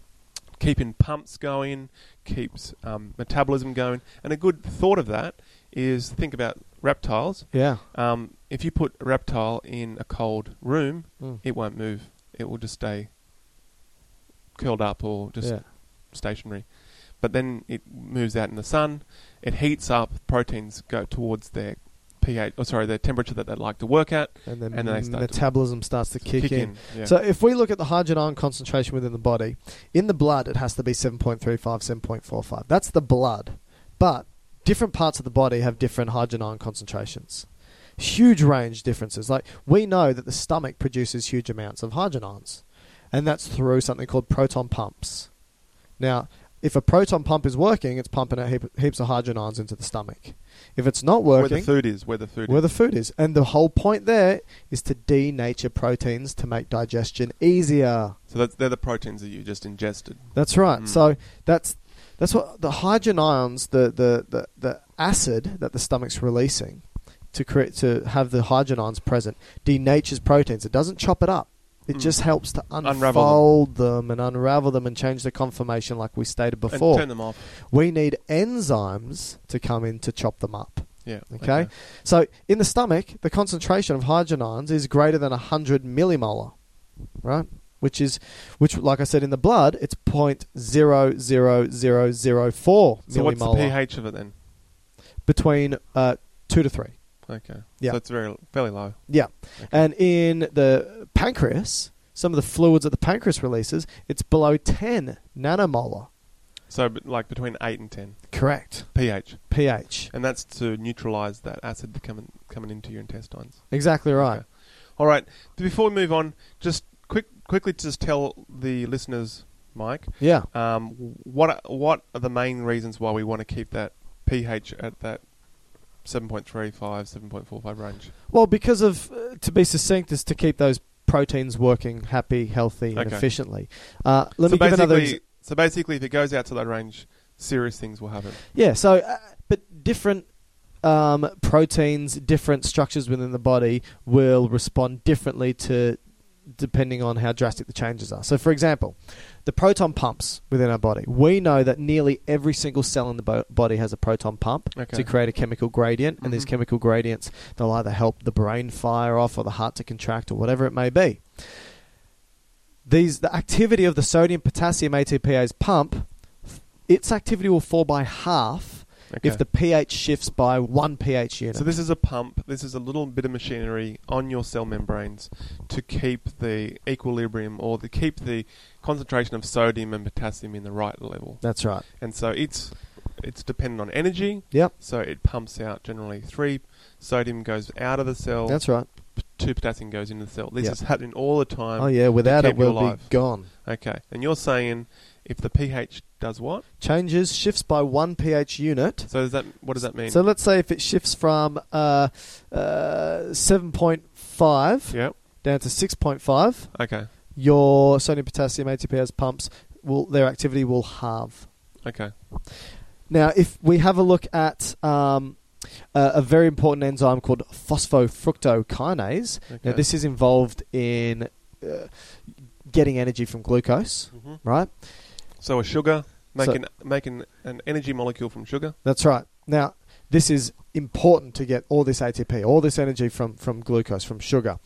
keeping pumps going, keeps um, metabolism going. And a good thought of that is think about reptiles.
Yeah.
Um, if you put a reptile in a cold room,
Mm.
it won't move. It will just stay curled up or just
yeah.
stationary. But then it moves out in the sun. It heats up. Proteins go towards their pH, or sorry, their temperature that they like to work at.
And then,
and then they start to
metabolism starts to kick,
Kick
in.
in. Yeah.
So if we look at the hydrogen ion concentration within the body, in the blood it has to be 7.35, 7.45. That's the blood. But different parts of the body have different hydrogen ion concentrations. Huge range differences. Like we know that the stomach produces huge amounts of hydrogen ions, and that's through something called proton pumps. Now, if a proton pump is working, it's pumping out heap, heaps of hydrogen ions into the stomach. If it's not
where the
working,
food is, where the food
where
is.
the food is. And the whole point there is to denature proteins to make digestion easier.
So that's, they're the proteins that you just ingested.
That's right.
Mm.
So that's that's what the hydrogen ions, the, the, the, the acid that the stomach's releasing to create to have the hydrogen ions present denatures proteins. It doesn't chop it up. It
Mm.
just helps to unfold
them.
them. and unravel them and change the conformation like we stated before.
And turn them off.
we need enzymes to come in to chop them up.
Yeah.
Okay. So in the stomach, the concentration of hydrogen ions is greater than 100 millimolar, right? Which is, which, like I said, in the blood, it's 0.00004
So what's the
millimolar
pH of it then?
between uh, 2 to 3.
Okay.
Yeah.
So it's very fairly low.
Yeah. And in the pancreas, some of the fluids that the pancreas releases, it's below 10 nanomolar.
So but like between eight and ten
Correct.
pH,
pH.
and that's to neutralize that acid that coming coming into your intestines.
Exactly right.
Okay. All right. Before we move on, just quick quickly just tell the listeners, Mike,
Yeah.
um, what are, what are the main reasons why we want to keep that pH at that 7.35, 7.45 range?
Well, because of uh, to be succinct is to keep those proteins working happy, healthy, and
Okay.
efficiently. Uh, let
so
me give another.
basically-
ex-
so basically, if it goes out to that range, serious things will happen.
yeah. So, uh, but different um, proteins, different structures within the body will respond differently to depending on how drastic the changes are. So, for example, the proton pumps within our body. We know that nearly every single cell in the bo- body has a proton pump
Okay.
to create a chemical gradient, and these
Mhm.
chemical gradients they'll either help the brain fire off or the heart to contract or whatever it may be. These the activity of the sodium potassium ATPase pump, its activity will fall by half
Okay.
if the pH shifts by one pH unit.
So this is a pump. This is a little bit of machinery on your cell membranes to keep the equilibrium or to keep the concentration of sodium and potassium in the right level.
That's right.
And so it's it's dependent on energy.
Yep.
So it pumps out generally three sodium goes out of the cell.
That's right.
p- Two potassium goes into the cell. This
Yep.
is happening all the time.
Oh yeah, without it
keep you
we'll be
alive.
gone.
Okay. And you're saying if the pH does what?
Changes shifts by one pH unit.
So is that what does that mean?
So let's say if it shifts from uh, uh, seven point five
yeah.
down to six point five,
Okay.
your sodium potassium ATPase pumps will their activity will halve.
Okay.
Now, if we have a look at um, a, a very important enzyme called phosphofructokinase, now
Okay.
this is involved in uh, getting energy from glucose,
Mhm.
right?
So a sugar
So-
making making an energy molecule from sugar.
That's right. Now, this is important to get all this ATP, all this energy from, from glucose, from sugar.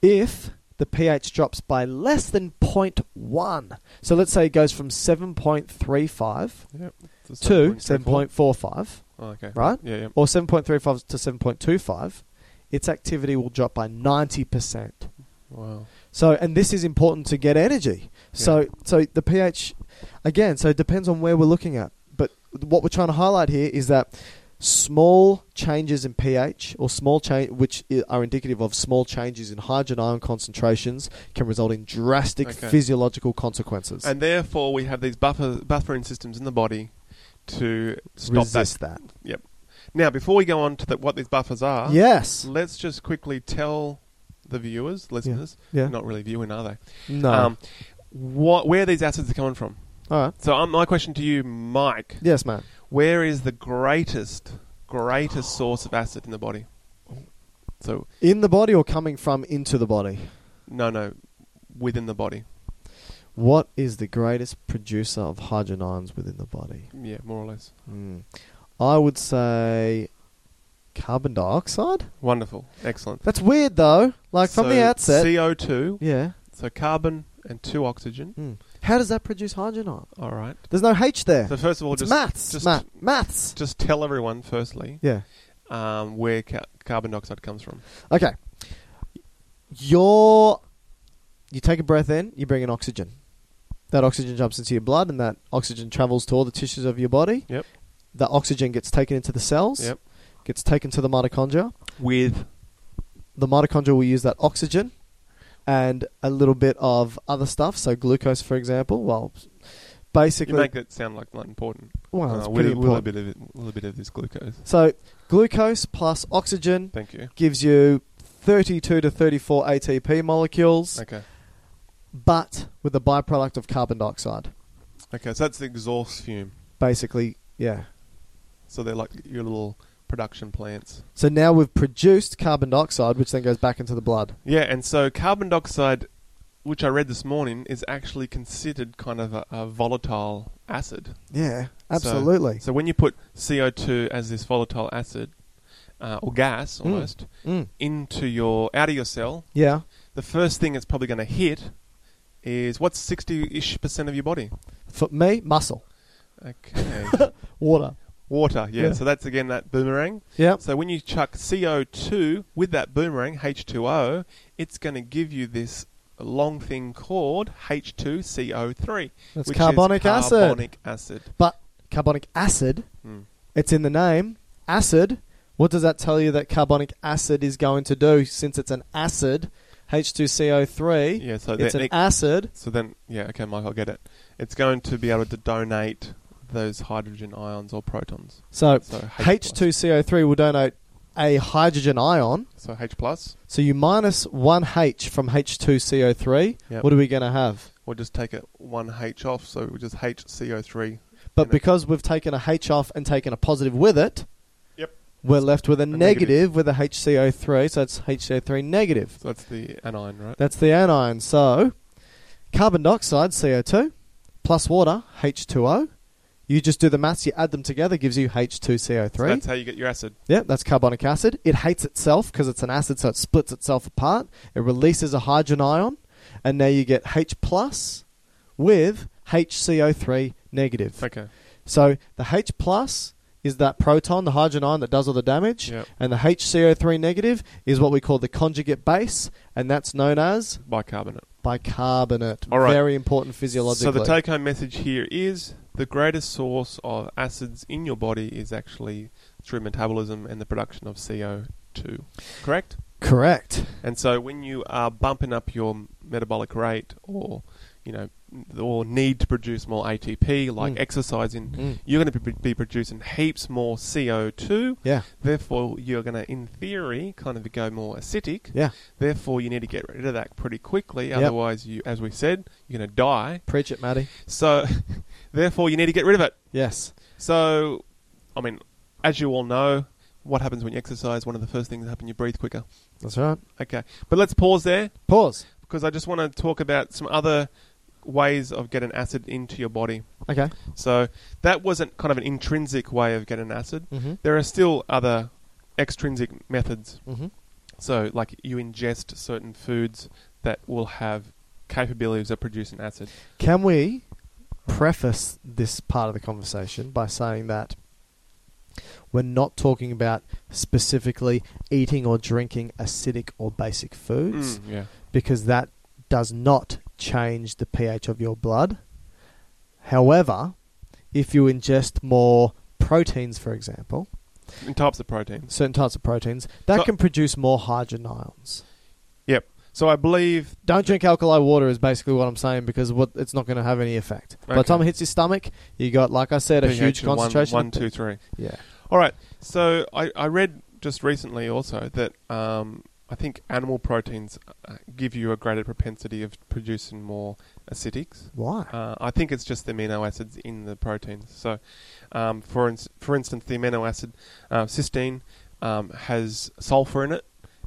If the pH drops by less than 0.1, so let's say it goes from 7.35
Yep. So
to
7.34.
7.45
Oh, okay.
right?
Yeah, yeah.
or 7.35 to 7.25, its activity will drop by 90%.
Wow.
So, and this is important to get energy. So,
Yeah.
so the pH, again, so it depends on where we're looking at. But what we're trying to highlight here is that small changes in pH or small change, which i- are indicative of small changes in hydrogen ion concentrations, can result in drastic
Okay.
physiological consequences.
And therefore, we have these buffer buffering systems in the body to stop
resist that.
that. Yep. Now, before we go on to the, what these buffers are,
Yes.
let's just quickly tell the viewers, listeners,
Yeah.
not really viewing, are they?
No.
Um, what, where these acids are coming from.
All right.
So, um, my question to you, Mike,
Yes, Matt.
where is the greatest, greatest source of acid in the body? So,
In the body or coming from into the body?
no, no, within the body.
What is the greatest producer of hydrogen ions within the body?
Yeah, more or less.
Hmm. I would say carbon dioxide.
Wonderful. Excellent.
That's weird though. Like from the
So,
outset.
CO2,
yeah.
so carbon and two oxygen.
Hmm. How does that produce hydrogen ion?
All right.
There's no H there.
So, first of all,
it's
just,
maths.
just,
Matt. Maths.
just tell everyone, firstly,
Yeah.
um, where ca- carbon dioxide comes from.
Okay. Your you take a breath in, you bring in oxygen. That oxygen jumps into your blood and that oxygen travels to all the tissues of your body.
Yep.
The oxygen gets taken into the cells,
Yep.
gets taken to the mitochondria.
With
The mitochondria will use that oxygen and a little bit of other stuff, so glucose for example. Well,
You
basically
make that sound like not important.
well,
Uh,
it's
with,
pretty
a- with a
important.
bit of it, with a bit of this glucose.
So, glucose plus oxygen
Thank you.
gives you 32 to 34 ATP molecules.
Okay.
but with the byproduct of carbon dioxide.
Okay. So that's the exhaust fume.
Basically, yeah.
So they're like your little production plants.
So now we've produced carbon dioxide, which then goes back into the blood.
Yeah. And so carbon dioxide, which I read this morning, is actually considered kind of a, a volatile acid.
Yeah,
So-
absolutely.
So when you put CO2 as this volatile acid uh, or gas almost
Mm.
into your out of your cell,
Yeah,
the first thing it's probably going to hit is what's sixty-ish percent of your body.
for me, muscle,
Okay.
water.
Water, yeah.
Yeah.
So that's again that boomerang.
Yeah,
So when you chuck CO2 with that boomerang, H2O, it's going to give you this long thing called H2CO3.
That's
which
carbonic
is
acid.
Carbonic acid.
but carbonic acid,
Mm.
it's in the name, acid. What does that tell you that carbonic acid is going to do since it's an acid? H2CO3.
Yeah, so
it's
that-
an
it-
acid.
So then, yeah, okay, Mike, I'll get it. It's going to be able to donate those hydrogen ions or protons.
So,
So H+.
H2CO3 will donate a hydrogen ion.
So H plus,
So you minus one H from H2CO3.
Yep.
What are we going to have?
or just take it one H off, so we just HCO3.
But
And it-
because we've taken a H off and taken a positive with it,
Yep.
we're left with a, negative,
negative.
with a HCO3. So it's HCO3 negative.
So that's the anion, right?
That's the anion. So carbon dioxide, CO2, plus water, H2O. You just do the maths, you add them together, gives you H2CO3.
So that's how you get your acid.
Yeah, that's carbonic acid. It hates itself because it's an acid, so it splits itself apart. It releases a hydrogen ion, and now you get H plus with HCO3 negative.
Okay.
So the H plus is that proton, the hydrogen ion that does all the damage,
Yep.
and the HCO3 negative is what we call the conjugate base, and that's known as
Bicarbonate.
bicarbonate.
All right.
Very important physiologically.
So the take-home message here is the greatest source of acids in your body is actually through metabolism and the production of CO2. Correct?
Correct.
And so when you are bumping up your metabolic rate or you know or need to produce more ATP like
Mm.
exercising
Mm.
you're going to be, be producing heaps more CO2
Yeah.
therefore you're going to in theory kind of go more acidic
Yeah.
therefore you need to get rid of that pretty quickly
Yep.
otherwise you as we said you're going to die
Preach it, Maddie.
so, therefore, you need to get rid of it.
Yes.
So, I mean, as you all know, what happens when you exercise? One of the first things that happen, you breathe quicker.
That's right.
Okay, but let's pause there
Pause.
because I just want to talk about some other ways of getting acid into your body.
Okay.
So that wasn't kind of an intrinsic way of getting acid.
Mhm.
There are still other extrinsic methods.
Mm-hmm.
So, like you ingest certain foods that will have capabilities of producing acid.
Can we preface this part of the conversation by saying that we're not talking about specifically eating or drinking acidic or basic foods
yeah.
because that does not change the pH of your blood. However, if you ingest more proteins, for example,
And types of proteins.
certain types of proteins, that
So-
can produce more hydrogen ions.
Yep. So I believe
Don't drink alkali water is basically what I'm saying because what it's not going to have any effect. By the
Okay.
time it hits your stomach, you got like I said a
pH
huge
of one-
concentration.
One, two, three.
Yeah.
All right. So I, I read just recently also that um, I think animal proteins uh, give you a greater propensity of producing more acetics.
Why?
Uh, I think it's just the amino acids in the proteins. So, um, for ins- for instance, the amino acid uh, cysteine um, has sulfur in it,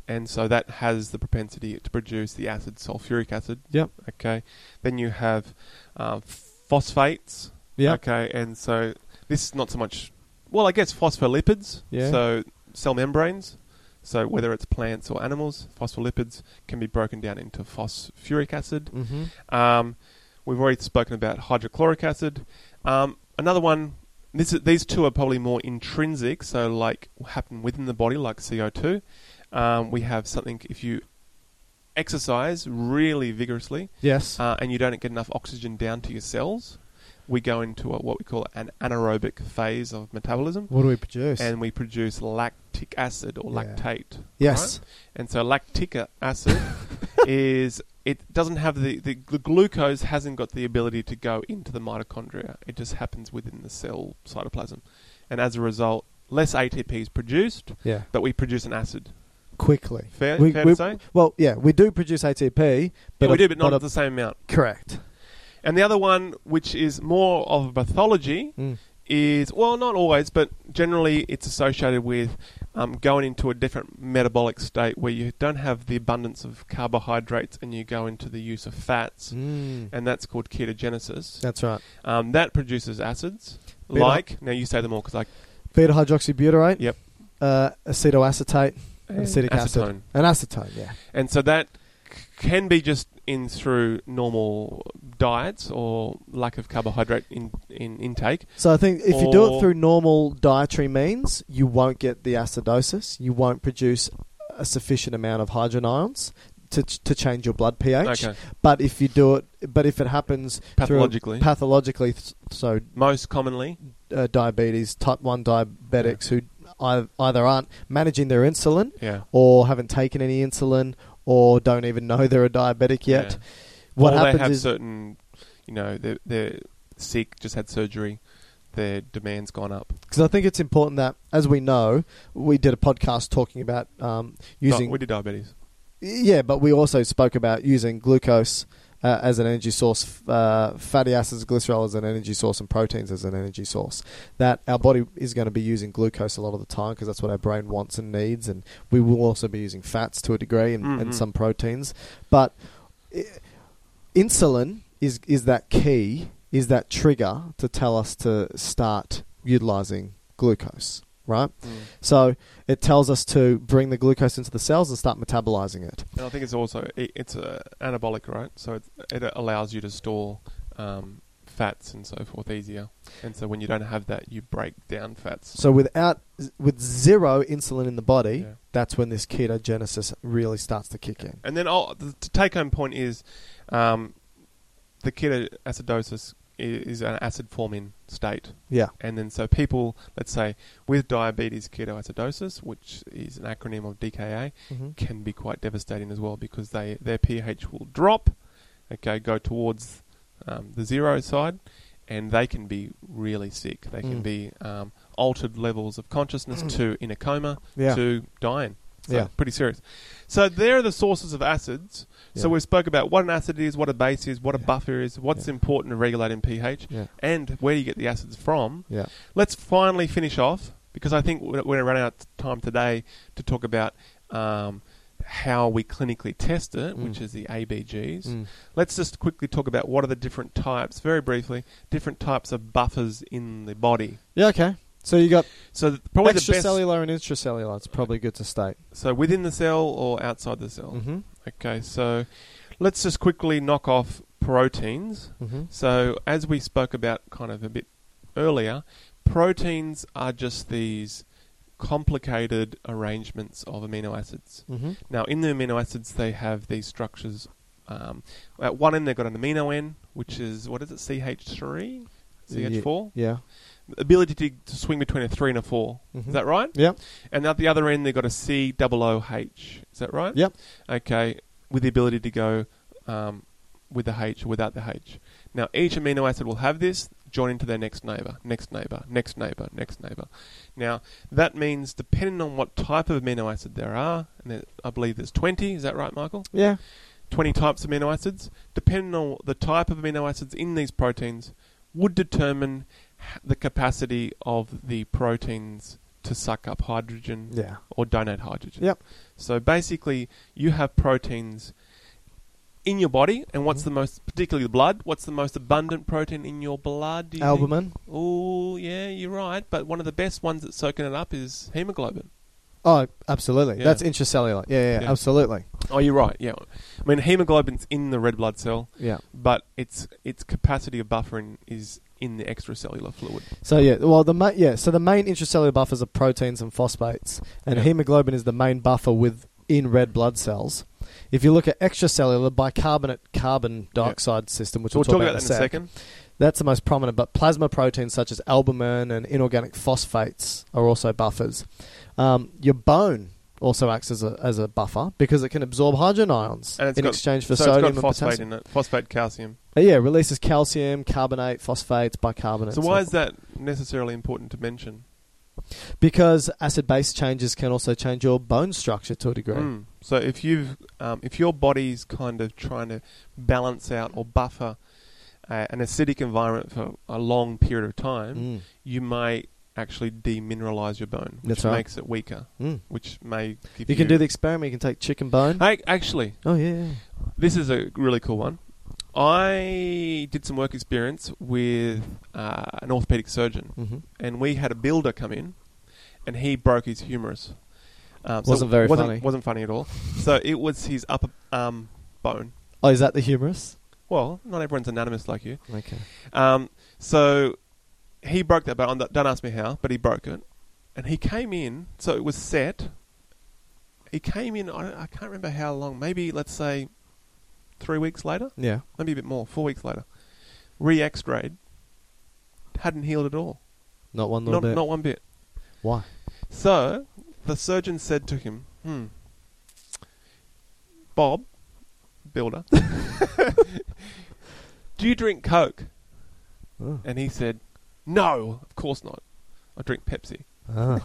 and so that has the propensity to produce the acid sulfuric acid.
Yep.
Okay. Then you have uh, phosphates.
Yep.
Okay, and so this is not so much. Well, I guess phospholipids.
Yeah.
So cell membranes. So whether it's plants or animals, phospholipids can be broken down into phosphoric acid.
Mm-hmm.
Um, we've already spoken about hydrochloric acid. Um, another one. This is, these two are probably more intrinsic, so like happen within the body, like CO two. Um, we have something if you exercise really vigorously
Yes.
uh, and you don't get enough oxygen down to your cells, we go into a, what we call an anaerobic phase of metabolism,
what do we produce?
and we produce lactic acid or
Yeah.
lactate.
yes.
right? And so lactic a- acid is it doesn't have the, the the glucose hasn't got the ability to go into the mitochondria. It just happens within the cell cytoplasm, and as a result, less ATP is produced,
Yeah.
but we produce an acid.
Quickly.
Fair,
We-
fair
we-
to say,
Well, yeah, we do produce ATP, but
yeah, we
a-
do, but not
a-
at the same amount.
correct.
And the other one, which is more of a pathology,
Mm.
is well, not always, but generally it's associated with um, going into a different metabolic state where you don't have the abundance of carbohydrates and you go into the use of fats,
Mm.
and that's called ketogenesis.
That's right.
Um, that produces acids
Beta-
like now you say them all because like
Beta hydroxybutyrate.
Yep.
Uh, acetoacetate. Acetic acid.
acetone.
And acetone. Yeah.
And so that c- can be just in through normal diets or lack of carbohydrate in, in intake.
So I think if you do it
Or-
through normal dietary means, you won't get the acidosis. You won't produce a sufficient amount of hydrogen ions to to change your blood pH.
Okay.
But if you do it, but if it happens through-
Pathologically.
pathologically, th- so
Most commonly,
uh, diabetes, type one diabetics who ei- either aren't managing their insulin
yeah.
or haven't taken any insulin or don't even know they're a diabetic yet.
Yeah.
What
or
happens
they have
is
certain, you know, they're, they're sick, just had surgery, their demand's gone up.
because I think it's important that, as we know, we did a podcast talking about um, using
Di- we did diabetes.
Yeah, but we also spoke about using glucose uh, as an energy source, f- uh, fatty acids, glycerol as an energy source, and proteins as an energy source. That our body is going to be using glucose a lot of the time because that's what our brain wants and needs, and we will also be using fats to a degree and, and
Mhm.
some proteins. But i- insulin is is that key, is that trigger to tell us to start utilizing glucose, right? So it tells us to bring the glucose into the cells and start metabolizing it.
And I think it's also it, it's a anabolic, right? So it, it allows you to store um, fats and so forth easier. And so when you don't have that, you break down fats.
So without with zero insulin in the body,
Yeah.
that's when this ketogenesis really starts to kick in.
And then i the take-home point is um, the ketoacidosis i- is an acid-forming state.
Yeah.
And then so people, let's say, with diabetes ketoacidosis, which is an acronym of DKA,
Mhm.
can be quite devastating as well because they their pH will drop, okay, go towards um, the zero side, and they can be really sick. They can
Mm.
be um, altered levels of consciousness to in a coma
Yeah.
to dying. So
Yeah.
pretty serious. So there are the sources of acids. So
Yeah.
we spoke about what an acid is, what a base is, what a
Yeah.
buffer is, what's
Yeah.
important to regulate in pH,
Yeah.
and where you get the acids from.
Yeah.
Let's finally finish off because I think we're going to run out of time today to talk about um, how we clinically test it,
Mm.
which is the ABGs. Let's just quickly talk about what are the different types, very briefly, different types of buffers in the body.
Yeah. Okay. So you got
So th- probably the best.
extracellular and intracellular. It's probably good to state.
So within the cell or outside the cell.
Mm-hmm.
Okay, so let's just quickly knock off proteins.
Mm-hmm.
So, as we spoke about kind of a bit earlier, proteins are just these complicated arrangements of amino acids.
Mm-hmm.
Now, in the amino acids, they have these structures. Um, at one end, they've got an amino end, which is what is it, CH3? CH4?
Yeah.
Ability to, to swing between a 3 and a 4.
Mhm.
Is that right?
Yep.
And at the other end, they've got a COOH. Is that right?
Yep.
okay, with the ability to go um, with the H or without the H. Now, each amino acid will have this, join into their next neighbour, next neighbour, next neighbour, next neighbour. Now, that means depending on what type of amino acid there are, and there, I believe there's 20, is that right, Michael?
Yeah.
20 types of amino acids, depending on the type of amino acids in these proteins, would determine h- the capacity of the proteins to suck up hydrogen
Yeah.
or donate hydrogen.
Yep.
So basically, you have proteins in your body, and
Mm-hmm.
what's the most, particularly the blood, what's the most abundant protein in your blood? do you think?
Albumin.
Oh, yeah, you're right. But one of the best ones that's soaking it up is hemoglobin.
Oh, absolutely.
Yeah.
That's intracellular. Yeah, yeah, yeah,
Yeah.
absolutely.
Oh, you're right. Yeah, I mean hemoglobin's in the red blood cell,
Yeah.
but its its capacity of buffering is in the extracellular fluid.
So yeah, well the ma- yeah, so the main intracellular buffers are proteins and phosphates, and
Yeah.
hemoglobin is the main buffer within red blood cells. If you look at extracellular bicarbonate carbon dioxide system, which
So we'll
we'll
talk about that in a
sec,
second.
that's the most prominent. But plasma proteins such as albumin and inorganic phosphates are also buffers. Um, your bone also acts as a, as a buffer because it can absorb hydrogen ions
And it's
in
got-
exchange for
so
sodium
it's got
and
phosphate
potassium.
in it, phosphate calcium.
Uh, yeah, releases calcium, carbonate, phosphates, bicarbonate.
so why is that necessarily important to mention?
Because acid base changes can also change your bone structure to a degree.
Mm. So if you've um, if your body's kind of trying to balance out or buffer uh, an acidic environment for a long period of time,
Mm.
you might actually demineralize your bone, which
That's right.
makes it weaker,
Mm.
which may give
You can do the experiment. You can take chicken bone.
I, actually,
oh yeah, yeah.
This is a really cool one. I did some work experience with uh, an orthopedic surgeon,
Mm-hmm.
and we had a builder come in, and he broke his humerus. Um,
Wasn't very
wasn't,
funny.
Wasn't funny at all. So it was his upper um, bone.
Oh, is that the humerus?
Well, not everyone's anonymous like you.
Okay.
Um, so he broke that bone. Don't ask me how, but he broke it. And he came in, so it was set. He came in, I, don't- I can't remember how long, maybe let's say three weeks later,
Yeah.
maybe a bit more, four weeks later. Re x rayed, hadn't healed at all.
Not one little
Not,
bit.
not one bit.
Why?
So the surgeon said to him, hmm, Bob, builder, do you drink Coke?
Oh.
And he said, No, of course not. I drink Pepsi.
Ah.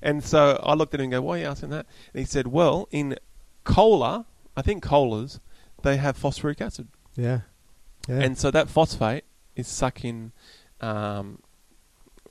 And so I looked at him and go, Why are you asking that? And he said, Well, in cola, I think colas, they have phosphoric acid.
yeah. Yeah.
And so that phosphate is sucking um,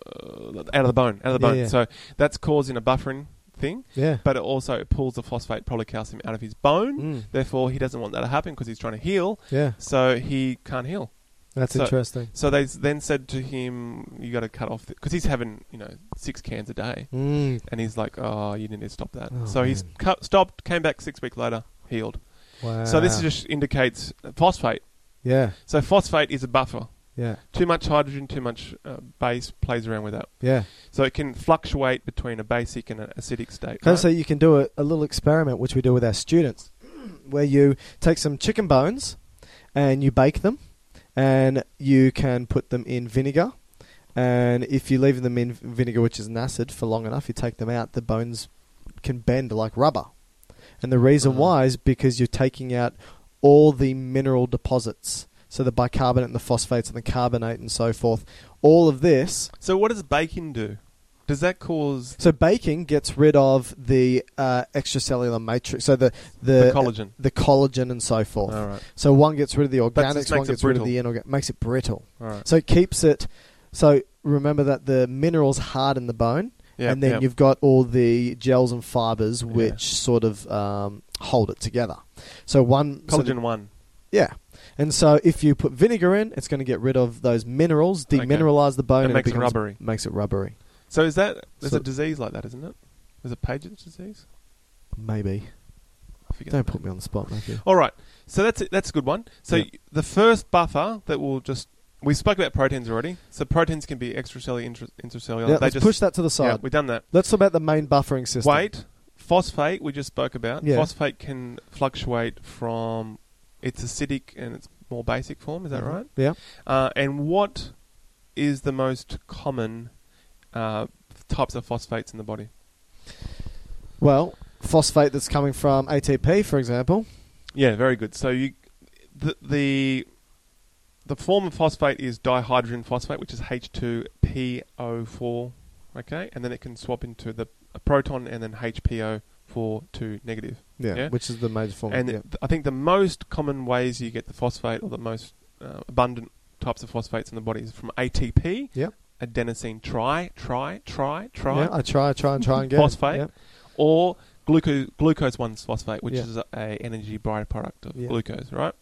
uh, out of the bone, out of the
Yeah,
bone.
yeah.
So that's causing a buffering thing,
yeah.
but it also pulls the phosphate, probably calcium, out of his bone.
Mm.
Therefore, he doesn't want that to happen because he's trying to heal,
Yeah.
so he can't heal.
That's
So-
interesting.
So they s- then said to him, "You got to cut off because he's having you know six cans a day,"
Mm.
and he's like, "Oh, you need to stop that."
Oh,
so he's
man.
cut, stopped, came back six weeks later, healed.
Wow.
so this just indicates uh, phosphate.
yeah.
So phosphate is a buffer.
Yeah.
Too much hydrogen, too much uh, base plays around with that.
Yeah.
So it can fluctuate between a basic and an acidic state.
Can I
right?
say you can do a, a little experiment which we do with our students, where you take some chicken bones and you bake them, and you can put them in vinegar. And if you leave them in vinegar, which is an acid, for long enough, you take them out, the bones can bend like rubber. And the reason
Uh-huh.
why is because you're taking out all the mineral deposits. So the bicarbonate and the phosphates and the carbonate and so forth. All of this
so what does baking do? Does that cause
so baking gets rid of the uh, extracellular matrix, so the the,
the collagen?
the collagen and so forth.
All right,
So one gets rid of the
just
organics, one gets
makes it
rid of
brittle.
the inorganic, makes it brittle.
all right.
So it keeps it. So remember that the minerals harden the bone,
Yeah,
and then
yeah.
you've got all the gels and fibers which sort of um, hold it together. So one so the-
collagen one.
yeah. And so if you put vinegar in, it's going to get rid of those minerals,
Okay.
demineralize the bone,
It
and
makes it
becomes-
rubbery.
Makes it rubbery,
So is that there's
So-
a disease like that, isn't it? There's a Paget's disease.
maybe.
I forget
Don't
the
put
name.
me on the spot, Matthew.
All right. So that's it. That's a good one. So
Yeah.
y- the first buffer that will just we spoke about proteins already. So proteins can be extracellular, intra- intracellular.
Yeah,
they
let's
just
push that to the
yeah,
side.
we've done that.
let's talk about the main buffering system.
Weight, phosphate. We just spoke about
Yeah.
phosphate can fluctuate from its acidic and its more basic form. Is that right?
Yeah.
Uh, and what is the most common uh, types of phosphates in the body?
Well, phosphate that's coming from ATP, for example.
Yeah, very good. So you, the the The form of phosphate is dihydrogen phosphate, which is H2PO4. Okay, and then it can swap into the a proton and then HPO4 to negative.
Yeah,
Yeah.
which is the major form.
And
yeah.
th- I think the most common ways you get the phosphate or the most uh, abundant types of phosphates in the body is from ATP,
Yep.
adenosine tri, tri, tri, tri,
Yeah, I try, try, and try and get it.
phosphate,
Yep.
or glucose glucose one phosphate, which
Yeah.
is a, a energy byproduct of
Yeah.
glucose, right?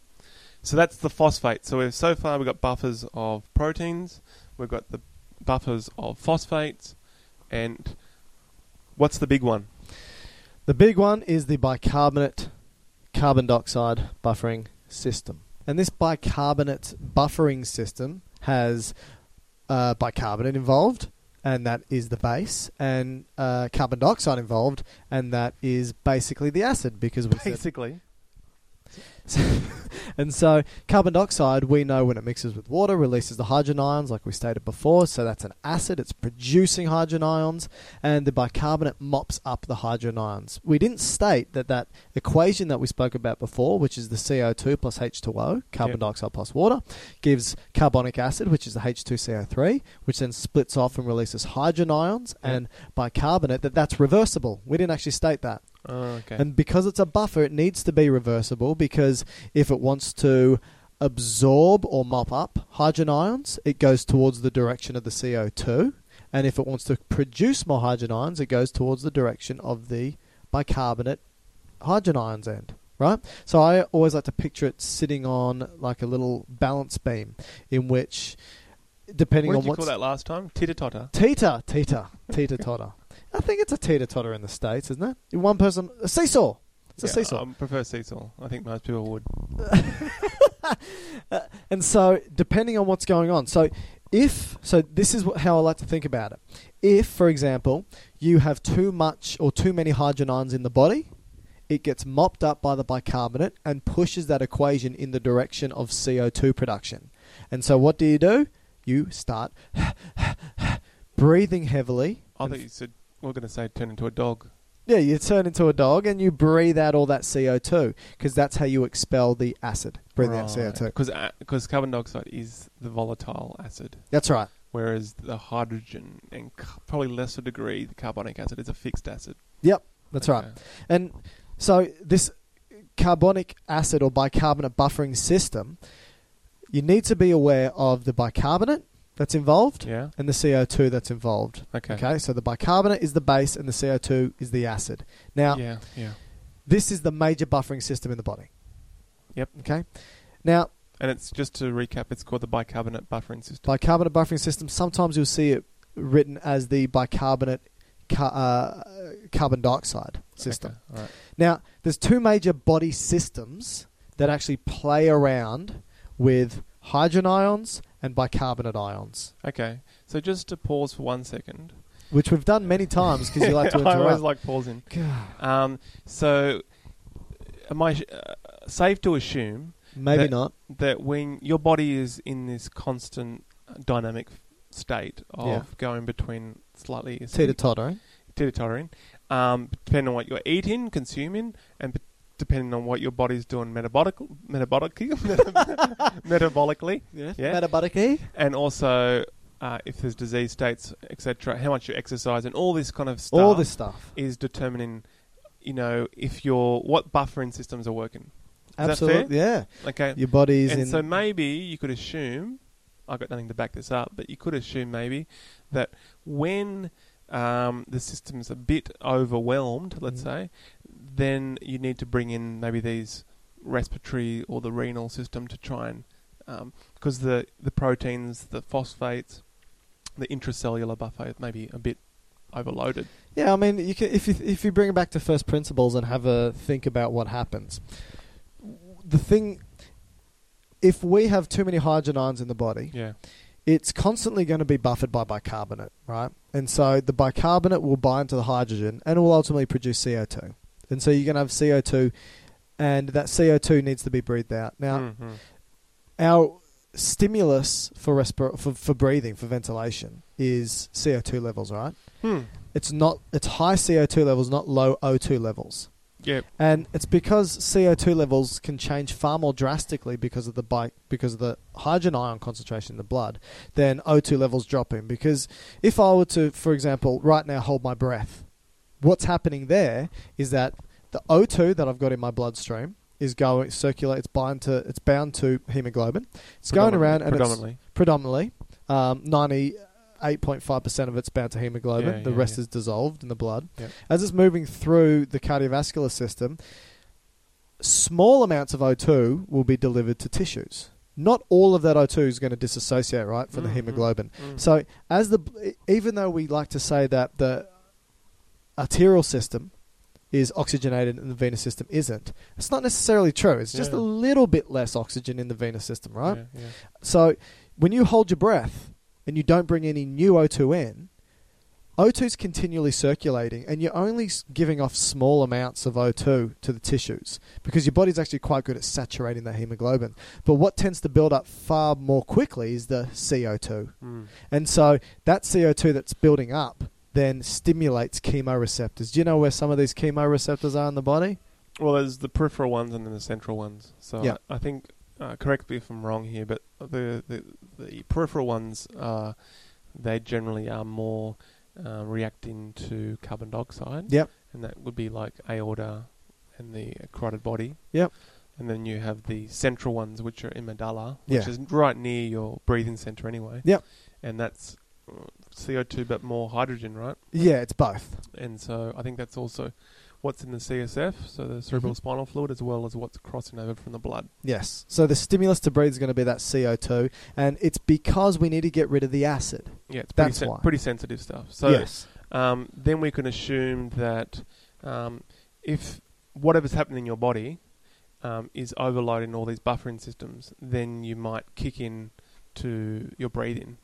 So that's the phosphate. So we've, so far we've got buffers of proteins, we've got the buffers of phosphates, and what's the big one?
The big one is the bicarbonate carbon dioxide buffering system. And this bicarbonate buffering system has uh, bicarbonate involved, and that is the base, and uh, carbon dioxide involved, and that is basically the acid because we said
Basically,
and so carbon dioxide, we know when it mixes with water, releases the hydrogen ions, like we stated before. So that's an acid. It's producing hydrogen ions, and the bicarbonate mops up the hydrogen ions. We didn't state that that equation that we spoke about before, which is the CO2 plus H2O, carbon
Yep.
dioxide plus water, gives carbonic acid, which is the H2CO3, which then splits off and releases hydrogen ions,
Yep.
and bicarbonate. That that's reversible. We didn't actually state that.
oh, okay.
And because it's a buffer, it needs to be reversible because if it wants to absorb or mop up hydrogen ions, it goes towards the direction of the CO2. And if it wants to produce more hydrogen ions, it goes towards the direction of the bicarbonate hydrogen ions end. Right? So I always like to picture it sitting on like a little balance beam in which, depending
what
on
did you
what's
call that last time? Titter totter.
Teeter, teeter, teeter totter. I think it's a teeter totter in the States, isn't it? One person, a seesaw. It's a
Yeah, um,
seesaw.
I prefer Cecil. I think most people would.
and so, depending on what's going on, so if, so this is what, how I like to think about it. If, for example, you have too much or too many hydrogen ions in the body, it gets mopped up by the bicarbonate and pushes that equation in the direction of CO2 production. And so, what do you do? You start breathing heavily.
I
and
thought you said we are going to say turn into a dog.
Yeah, you turn into a dog and you breathe out all that CO2 because that's how you expel the acid. Breathe out CO2.
Because uh, carbon dioxide is the volatile acid,
That's right.
whereas the hydrogen and c- probably lesser degree the carbonic acid is a fixed acid.
Yep, that's right.
Okay.
And so this carbonic acid or bicarbonate buffering system, you need to be aware of the bicarbonate that's involved
Yeah.
and the CO2 that's involved.
Okay.
Okay, so the bicarbonate is the base and the CO2 is the acid. Now,
Yeah. Yeah.
this is the major buffering system in the body.
Yep.
Okay. Now,
And it's just to recap, it's called the bicarbonate buffering system.
bicarbonate buffering system. Sometimes you'll see it written as the bicarbonate ca- uh, carbon dioxide system.
Okay, all right.
Now, there's two major body systems that actually play around with hydrogen ions and bicarbonate ions,
Okay. So just to pause for one second.
which we've done many times because you like to
I always
interrupt.
like pausing.
God,
Um, so, am I uh, safe to assume
maybe
That-
not.
that when your body is in this constant dynamic state of
Yeah.
going between slightly
Teeter tottering.
teeter-tottering, um, depending on what you're eating, consuming, and p- depending on what your body's doing metabolic- metabolically, metabolically, yeah,
Metabolically.
and also uh, if there's disease states, etc., how much you exercise, and all this kind of stuff
All this stuff.
is determining, you know, if your what buffering systems are working. that
Absolutely. Yeah.
Okay,
Your body's
and
in.
so maybe you could assume, I've got nothing to back this up, but you could assume maybe that when um, the system's a bit overwhelmed, let's
Mhm.
say, then you need to bring in maybe these respiratory or the renal system to try and because the the proteins, the phosphates, the intracellular buffer may be a bit overloaded.
Yeah, I mean, you can, if you if you bring it back to first principles and have a think about what happens, the thing, if we have too many hydrogen ions in the body,
Yeah.
it's constantly going to be buffered by bicarbonate, right? And so the bicarbonate will bind to the hydrogen and will ultimately produce CO two. And so you're going to have CO two, and that CO two needs to be breathed out. Now,
Hmm. Mm-hmm.
our stimulus for, respir- for for breathing for ventilation is CO two levels, right?
Hmm.
it's not it's high CO2 levels, not low O2 levels.
Yeah.
and it's because CO2 levels can change far more drastically because of the bi- because of the hydrogen ion concentration in the blood than O2 levels dropping. Because if I were to, for example, right now hold my breath, what's happening there is that the O2 that I've got in my bloodstream is going circular. It's bound to it's bound to hemoglobin. It's going around and it's
predominantly.
predominantly. Um, 98.5% of it's bound to hemoglobin.
Yeah,
the
yeah,
rest
yeah.
is dissolved in the blood.
Yep.
As it's moving through the cardiovascular system, small amounts of O2 will be delivered to tissues. Not all of that O2 is going to disassociate, right, for the
Mm, mm,
hemoglobin.
mm.
So, as the e, even though we like to say that the arterial system is oxygenated and the venous system isn't, it's not necessarily true. It's just
Yeah.
a little bit less oxygen in the venous system, right?
Yeah, yeah.
So when you hold your breath and you don't bring any new O2 in, O2 is continually circulating and you're only s- giving off small amounts of O2 to the tissues because your body's actually quite good at saturating that hemoglobin. But what tends to build up far more quickly is the CO2.
Mm.
And so that CO2 that's building up then stimulates chemoreceptors. Do you know where some of these chemoreceptors are in the body?
Well, there's the peripheral ones and then the central ones. So
Yeah.
I, I think, uh, correct me if I'm wrong here, but the the, the peripheral ones are they generally are more uh, reacting to carbon dioxide.
Yep.
and that would be like aorta and the carotid body.
Yep.
And then you have the central ones, which are amygdala, which
Yeah.
is right near your breathing center anyway.
Yep.
And that's uh, CO2, but more hydrogen, right?
Yeah, it's both.
And so I think that's also what's in the CSF, so
Mm-hmm.
the cerebral spinal fluid, as well as what's crossing over from the blood.
Yes. So the stimulus to breathe is going to be that CO2, and it's because we need to get rid of the acid.
Yeah, it's pretty,
That's
sen-
why.
pretty sensitive stuff. So um, then we can assume that um, if whatever's happening in your body um, is overloading all these buffering systems, then you might kick in to your breathing.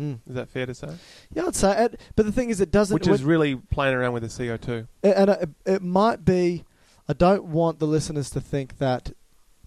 Mm.
Is that fair to say?
Yeah, I'd say it. But the thing is, it doesn't.
Which is really playing around with the CO2.
and it, it might be. I don't want the listeners to think that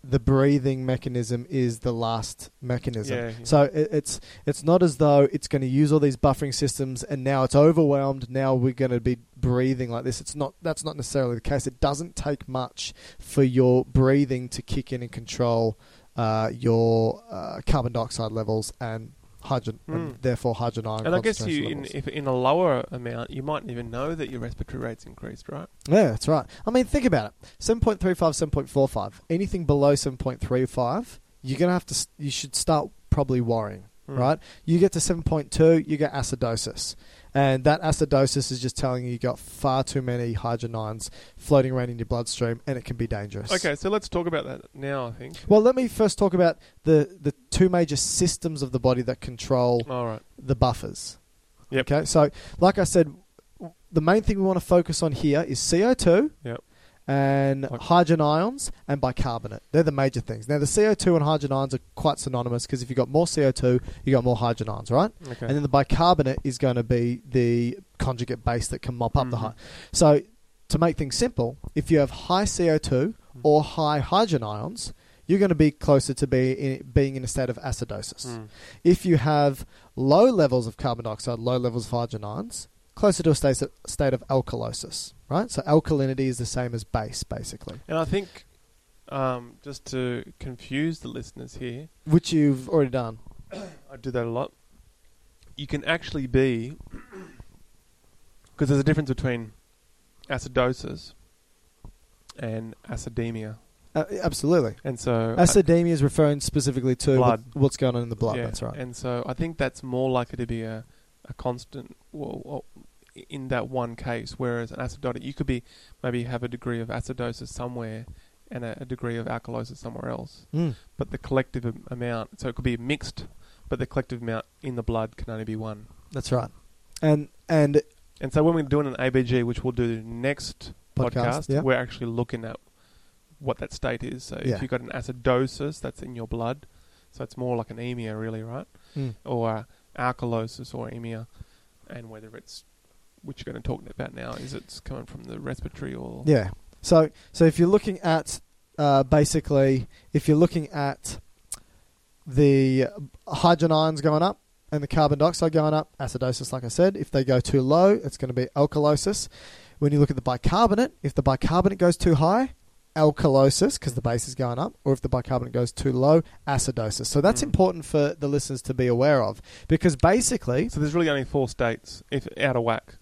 the breathing mechanism is the last mechanism.
Yeah, yeah.
So it, it's it's not as though it's going to use all these buffering systems, and now it's overwhelmed. Now we're going to be breathing like this. It's not. That's not necessarily the case. It doesn't take much for your breathing to kick in and control uh, your uh, carbon dioxide levels and hydrogen, and
Mm.
therefore hydrogen ion.
And I guess
concentration
you, in,
levels.
if in a lower amount, you mightn't even know that your respiratory rate's increased, right?
Yeah, that's right. I mean, think about it. 7.35, 7.45. Anything below 7.35, you're going to have to, s- you should start probably worrying,
Mm.
right? You get to 7.2, you get acidosis. And that acidosis is just telling you you've got far too many hydrogen ions floating around in your bloodstream and it can be dangerous.
Okay, so let's talk about that now, I think.
Well, let me first talk about the, the two major systems of the body that control
All right.
the buffers.
Yep.
Okay, so like I said, w- the main thing we want to focus on here is CO2
Yep.
and
Like-
hydrogen ions and bicarbonate. They're the major things. Now, the CO2 and hydrogen ions are quite synonymous because if you've got more CO2, you've got more hydrogen ions, right?
Okay.
And then the bicarbonate is going to be the conjugate base that can mop up the
Mhm.
high. So, to make things simple, if you have high CO2
Mm.
or high hydrogen ions, you're going to be closer to be in, being in a state of acidosis.
Mm.
If you have low levels of carbon dioxide, low levels of hydrogen ions, closer to a state of, state of alkalosis, right? So alkalinity is the same as base, basically,
And I think, um, just to confuse the listeners here,
which you've already done.
I do that a lot. You can actually be, because there's a difference between acidosis and acidemia,
Uh, absolutely.
and so I-
Acidemia is referring specifically to
Blood.
what- what's going on in the blood.
yeah,
That's right.
And so I think that's more likely to be a, a constant. Well, well, in that one case, whereas an acidotic, you could be maybe have a degree of acidosis somewhere and a, a degree of alkalosis somewhere else.
Mm.
but the collective am- amount, so it could be mixed, but the collective amount in the blood can only be one.
That's right. And and
And so when we're doing an ABG, which we'll do next
Podcast,
podcast,
yeah.
we're actually looking at what that state is. So
Yeah.
if you've got an acidosis, that's in your blood, so it's more like anemia, really, right?
Mm.
Or uh, alkalosis or anemia, and whether it's which you're going to talk about now is it's coming from the respiratory or
yeah. So so if you're looking at uh, basically if you're looking at the hydrogen ions going up and the carbon dioxide going up, acidosis, like I said. If they go too low, it's going to be alkalosis. When you look at the bicarbonate, if the bicarbonate goes too high, alkalosis, because the base is going up, or if the bicarbonate goes too low, acidosis. So that's important for the listeners to be aware of because basically,
So there's really only four states if out of whack.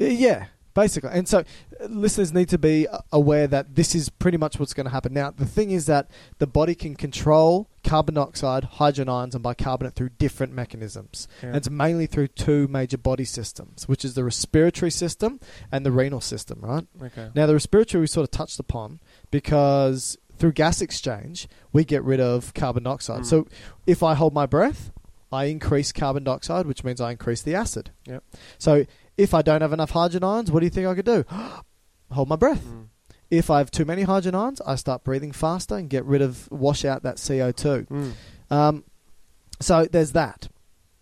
uh, yeah, basically. And so uh, listeners need to be uh, aware that this is pretty much what's going to happen. Now, the thing is that the body can control carbon dioxide, hydrogen ions, and bicarbonate through different mechanisms.
Yeah.
And it's mainly through two major body systems, which is the respiratory system and the renal system, right?
Okay.
Now, the respiratory we sort of touched upon because through gas exchange, we get rid of carbon dioxide.
Mm.
So if I hold my breath, I increase carbon dioxide, which means I increase the acid.
Yep.
So if I don't have enough hydrogen ions, what do you think I could do? hold my breath.
Mm.
If I have too many hydrogen ions, I start breathing faster and get rid of, wash out that CO2.
Mm.
Um, so there's that.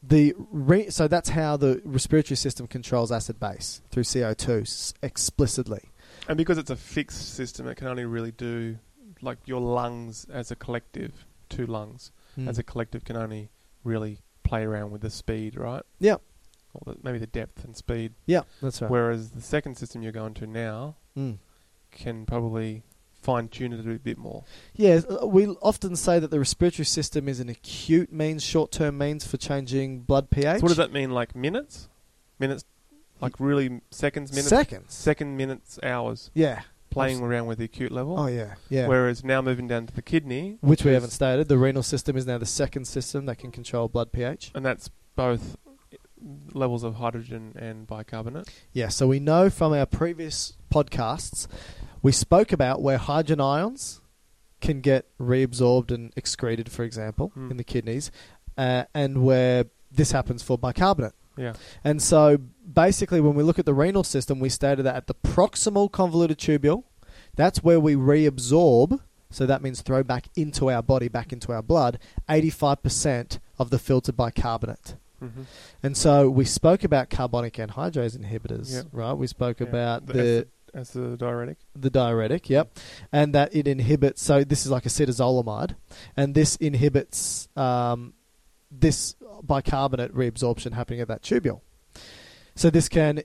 The re- so that's how the respiratory system controls acid base through CO2 s- explicitly.
And because it's a fixed system, it can only really do like your lungs as a collective, two lungs
Mm.
as a collective can only really play around with the speed, right?
Yep.
Or the, maybe the depth and speed.
Yeah, that's right.
Whereas the second system you're going to now
Mm.
can probably fine tune it a bit more.
Yeah, uh, we often say that the respiratory system is an acute means, short-term means for changing blood pH.
So what does that mean? Like minutes, minutes, like really seconds, minutes,
Seconds.
second minutes, hours,
yeah.
playing around with the acute level.
Oh yeah. Yeah.
Whereas now moving down to the kidney,
Which we
is-
haven't stated. The renal system is now the second system that can control blood pH.
and that's both levels of hydrogen and bicarbonate.
Yeah. So we know from our previous podcasts, we spoke about where hydrogen ions can get reabsorbed and excreted, for example,
Hmm.
in the kidneys, uh, and where this happens for bicarbonate.
Yeah.
And so basically, when we look at the renal system, we stated that at the proximal convoluted tubule, that's where we reabsorb, so that means throw back into our body, back into our blood, 85% of the filtered bicarbonate.
Mm-hmm.
And so we spoke about carbonic anhydrase inhibitors,
Yeah.
right? We spoke about the,
as the diuretic.
the diuretic, yep, and that it inhibits. So this is like acetazolamide, and this inhibits um, this bicarbonate reabsorption happening at that tubule. So this can.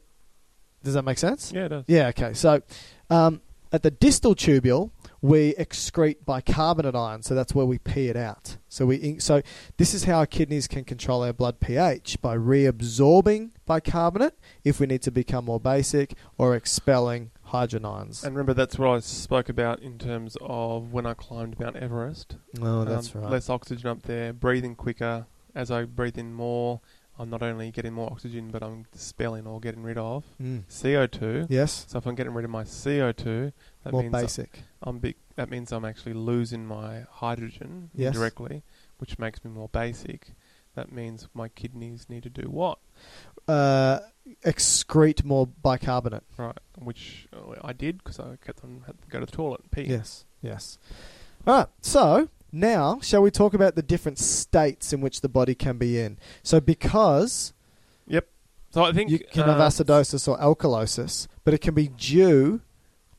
Does that make sense?
Yeah, it does.
Yeah. Okay. So um, at the distal tubule, we excrete bicarbonate ion, so that's where we pee it out. So we in- so this is how our kidneys can control our blood pH by reabsorbing bicarbonate if we need to become more basic or expelling hydrogen ions.
And remember, that's what I spoke about in terms of when I climbed Mount Everest.
oh,
Um, Less oxygen up there, breathing quicker. As I breathe in more, I'm not only getting more oxygen, but I'm dispelling or getting rid of
Mm.
CO2.
Yes,
So if I'm getting rid of my CO2, that
more
means uh,
basic.
I'm big, that means I'm actually losing my hydrogen
Yes.
directly, which makes me more basic. That means my kidneys need to do what?
Uh, excrete more bicarbonate.
Right, which uh, I did because I kept on had to go to the toilet and pee.
Yes, yes. All right. So now, shall we talk about the different states in which the body can be in? So because
So I think
you can
uh,
have acidosis or alkalosis, but it can be due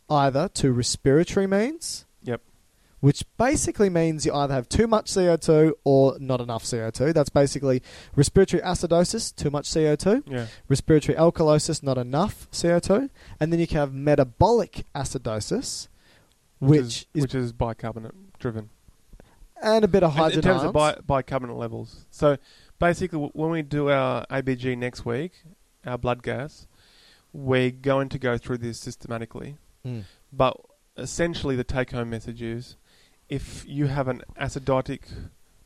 either to respiratory means.
Yep.
Which basically means you either have too much CO2 or not enough CO2. That's basically respiratory acidosis, too much CO2.
Yeah.
respiratory alkalosis, not enough CO2, and then you can have metabolic acidosis, which is,
which is bicarbonate driven.
and a bit of
In- in
hydrogen
terms of
ions.
bi- bicarbonate levels. So basically, w- when we do our ABG next week, our blood gas, we're going to go through this systematically.
Mm.
But essentially, the take home message is if you have an acidotic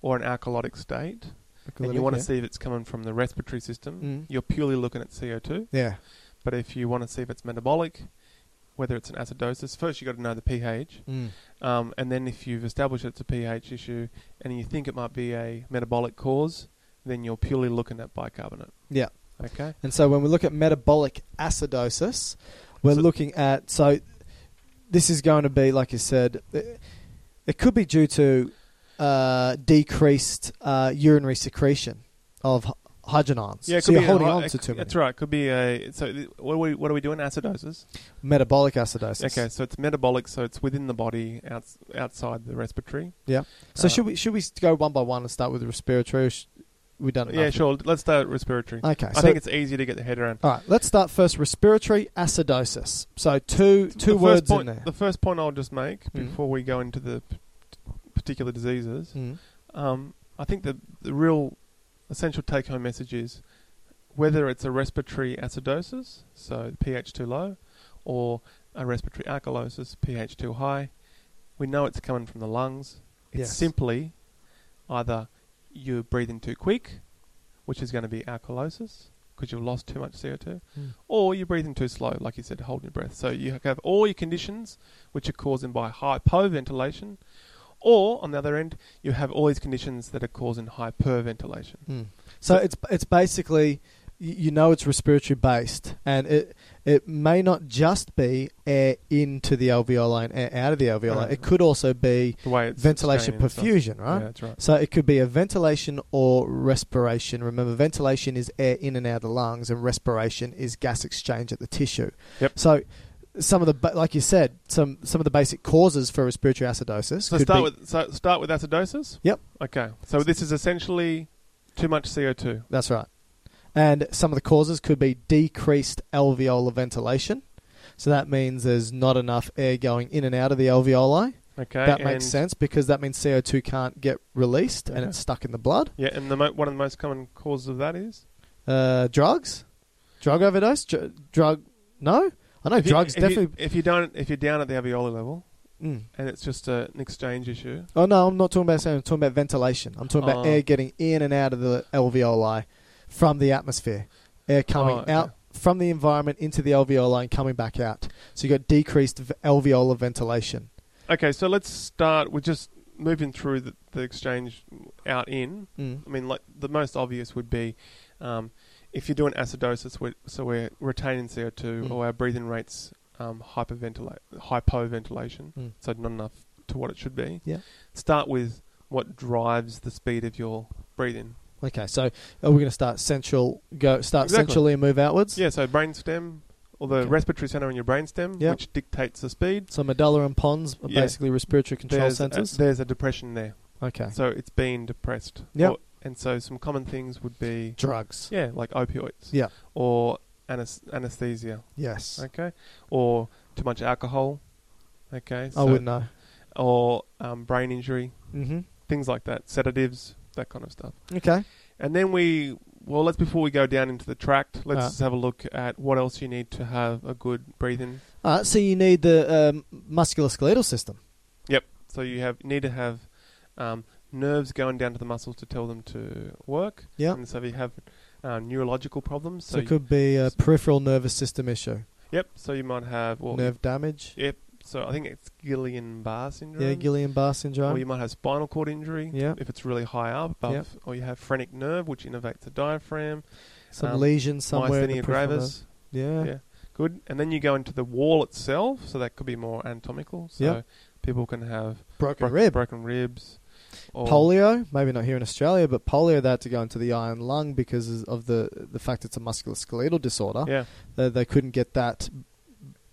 or an alkalotic state, and you want to
yeah.
see if it's coming from the respiratory system,
Mm.
you're purely looking at CO2.
yeah,
But if you want to see if it's metabolic, whether it's an acidosis, first you've got to know the pH.
mm.
Um, and then if you've established it's a pH issue and you think it might be a metabolic cause, then you're purely looking at bicarbonate.
yeah.
Okay.
And so when we look at metabolic acidosis, we're
So-
looking at so this is going to be like you said, it, it could be due to uh, decreased uh, urinary secretion of hy- hydrogen ions. so you're holding on to too much.
That's right. Could be a. So th- what are we, what are we doing? Acidosis.
Metabolic acidosis.
Okay. So it's metabolic. So it's within the body, outs, outside the respiratory.
So
Uh,
should we should we go one by one and start with respiratory? Or sh- We've done enough.
Yeah, sure. Let's start with respiratory.
Okay,
I
so-
think it's easier to get the head around.
All right, let's start first. Respiratory acidosis. So two two
The first
words
point,
in there.
The first point I'll just make
Mm.
before we go into the p- particular diseases,
Mm.
um, I think the the real essential take home message is whether it's a respiratory acidosis, so pH too low, or a respiratory alkalosis, pH too high, we know it's coming from the lungs. It's
Yes.
simply either you're breathing too quick, which is going to be alkalosis because you've lost too much CO2,
Mm.
or you're breathing too slow, like you said, holding your breath. So you have all your conditions which are caused by hypoventilation, or on the other end, you have all these conditions that are causing hyperventilation.
Mm. So it's it's basically y- you know it's respiratory based, and it it may not just be air into the alveoli and air out of the alveoli.
Right.
It could also be
The way Uh-huh. it's
ventilation
staying inside.
perfusion,
Yeah,
right?
that's right.
So it could be a ventilation or respiration. Remember, ventilation is air in and out of the lungs, and respiration is gas exchange at the tissue.
Yep.
So some of the, ba- like you said, some some of the basic causes for respiratory acidosis.
So
could
start
be-
with so start with acidosis.
Yep.
Okay. So this is essentially too much CO two.
That's right. And some of the causes could be decreased alveolar ventilation. So that means there's not enough air going in and out of the alveoli.
Okay.
that
and-
makes sense because that means CO2 can't get released and
Okay.
it's stuck in the blood.
Yeah, and the mo- one of the most common causes of that is
Uh, drugs? Drug overdose? Dr- drug? No? I know
If you-
drugs
if you-
definitely.
if you don't, if you're down at the alveolar level,
Mm.
and it's just a, an exchange issue.
Oh, no, I'm not talking about sound. I'm talking about ventilation. I'm talking about
Oh.
air getting in and out of the alveoli from the atmosphere. Air coming
Oh, okay.
out from the environment into the alveoli and coming back out. So you've got decreased v- alveolar ventilation.
Okay, so let's start with just moving through the, the exchange out in.
Mm.
I mean, like the most obvious would be um, if you're doing acidosis, we so we're retaining CO2
Mm.
or our breathing rates um, hyperventilate, hypoventilation,
Mm.
so not enough to what it should be.
Yeah.
Start with what drives the speed of your breathing.
Okay, so are we going to start central, go start
Exactly.
centrally and move outwards?
Yeah, so brainstem or the
Okay.
respiratory center in your brainstem,
Yep.
which dictates the speed.
So medulla and pons are
Yeah.
basically respiratory control
there's, A,
centers.
there's a depression there.
okay.
So it's been depressed.
Yep.
Or- And so some common things would be
Drugs.
yeah, like opioids.
Yeah.
Or anes- anesthesia.
Yes.
Okay. Or too much alcohol. Okay.
I wouldn't know.
Or um, brain injury,
Mm-hmm.
things like that, sedatives, that kind of stuff.
Okay.
And then we well, let's before we go down into the tract, let's
Uh.
just have a look at what else you need to have a good breathing.
All right, Uh, so you need the um, musculoskeletal system.
So you have need to have um, nerves going down to the muscles to tell them to work.
Yeah.
And so if you have uh, neurological problems,
So
so
it could be a peripheral nervous system issue,
Yep. So you might have well,
nerve damage.
Yep. So I think it's Guillain-Barre syndrome.
Yeah, Guillain-Barre syndrome.
Or you might have spinal cord injury.
Yeah.
If it's really high up above,
Yep.
or you have phrenic nerve, which innervates the diaphragm.
Some
um,
lesion somewhere in the
myasthenia
peripheral
gravis.
nerve. Yeah.
Yeah. Good. And then you go into the wall itself, so that could be more anatomical. So
Yep.
people can have
Broken
bro-
rib.
broken ribs. Or
polio, maybe not here in Australia, but polio they had to go into the eye and lung because of the the fact it's a musculoskeletal disorder.
Yeah.
They, they couldn't get that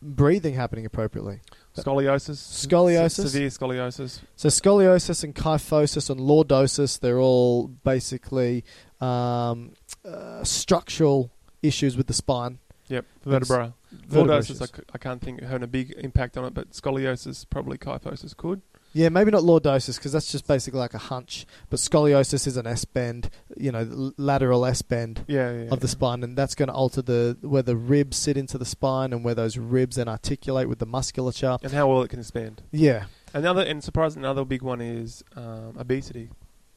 breathing happening appropriately.
Scoliosis.
Scoliosis.
Se- severe scoliosis.
So scoliosis and kyphosis and lordosis, they're all basically um, uh, structural issues with the spine.
Yep. Vertebra.
Vertebra
Lordosis,
issues.
I, c- I can't think of having a big impact on it, but scoliosis, probably kyphosis could.
Yeah, maybe not lordosis because that's just basically like a hunch. But scoliosis is an S bend, you know, l- lateral S bend
Yeah, yeah.
of the
yeah.
spine, and that's going to alter the where the ribs sit into the spine and where those ribs then articulate with the musculature.
And how well it can expand.
Yeah,
Another and surprisingly, another big one is um, obesity.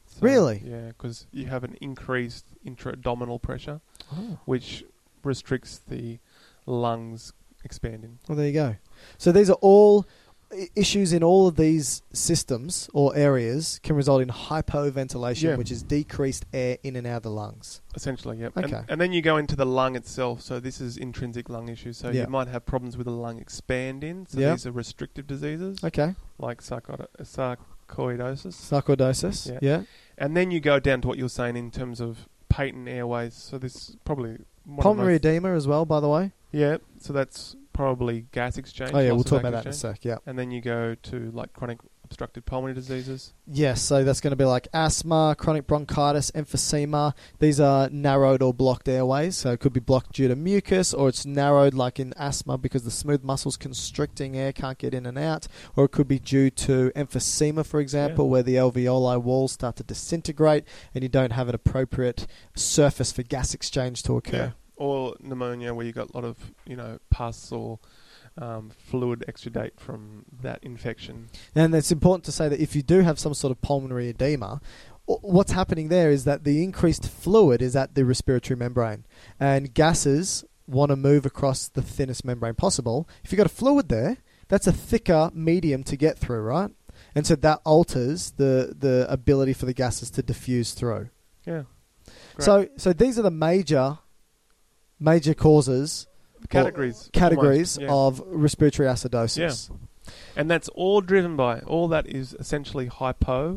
So,
Really?
Yeah, because you have an increased intra-abdominal pressure, which restricts the lungs expanding.
well, there you go. So these are all i- issues in all of these systems or areas can result in hypoventilation,
Yeah.
which is decreased air in and out of the lungs.
Essentially, yep.
Okay.
And, and then you go into the lung itself. So this is intrinsic lung issues. So
Yeah.
you might have problems with the lung expanding. So
Yeah.
these are restrictive diseases
Okay,
like sarcoid- sarcoidosis.
sarcoidosis.
Yeah.
yeah.
And then you go down to what you're saying in terms of patent airways. So this is probably one of the
pulmonary
most-
edema as well. By the way.
Yeah, so that's probably gas exchange.
Oh yeah,
loss
we'll
of eh?
talk about
gas
that in a
exchange.
sec. Yeah.
And then you go to like chronic obstructive pulmonary diseases.
Yes, so that's going to be like asthma, chronic bronchitis, emphysema. These are narrowed or blocked airways, so it could be blocked due to mucus, or it's narrowed like in asthma because the smooth muscles constricting air can't get in and out, or it could be due to emphysema, for example, where the alveoli walls start to disintegrate and you don't have an appropriate surface for gas exchange to occur.
Or pneumonia, where you got a lot of you know pus or um, fluid exudate from that infection.
And it's important to say that if you do have some sort of pulmonary edema, w- what's happening there is that the increased fluid is at the respiratory membrane, and gases want to move across the thinnest membrane possible. If you've got a fluid there, that's a thicker medium to get through, right? And so that alters the, the ability for the gases to diffuse through.
Yeah. Great.
So so these are the major major causes
categories.
categories
almost, yeah.
of respiratory acidosis.
And that's all driven by all that is essentially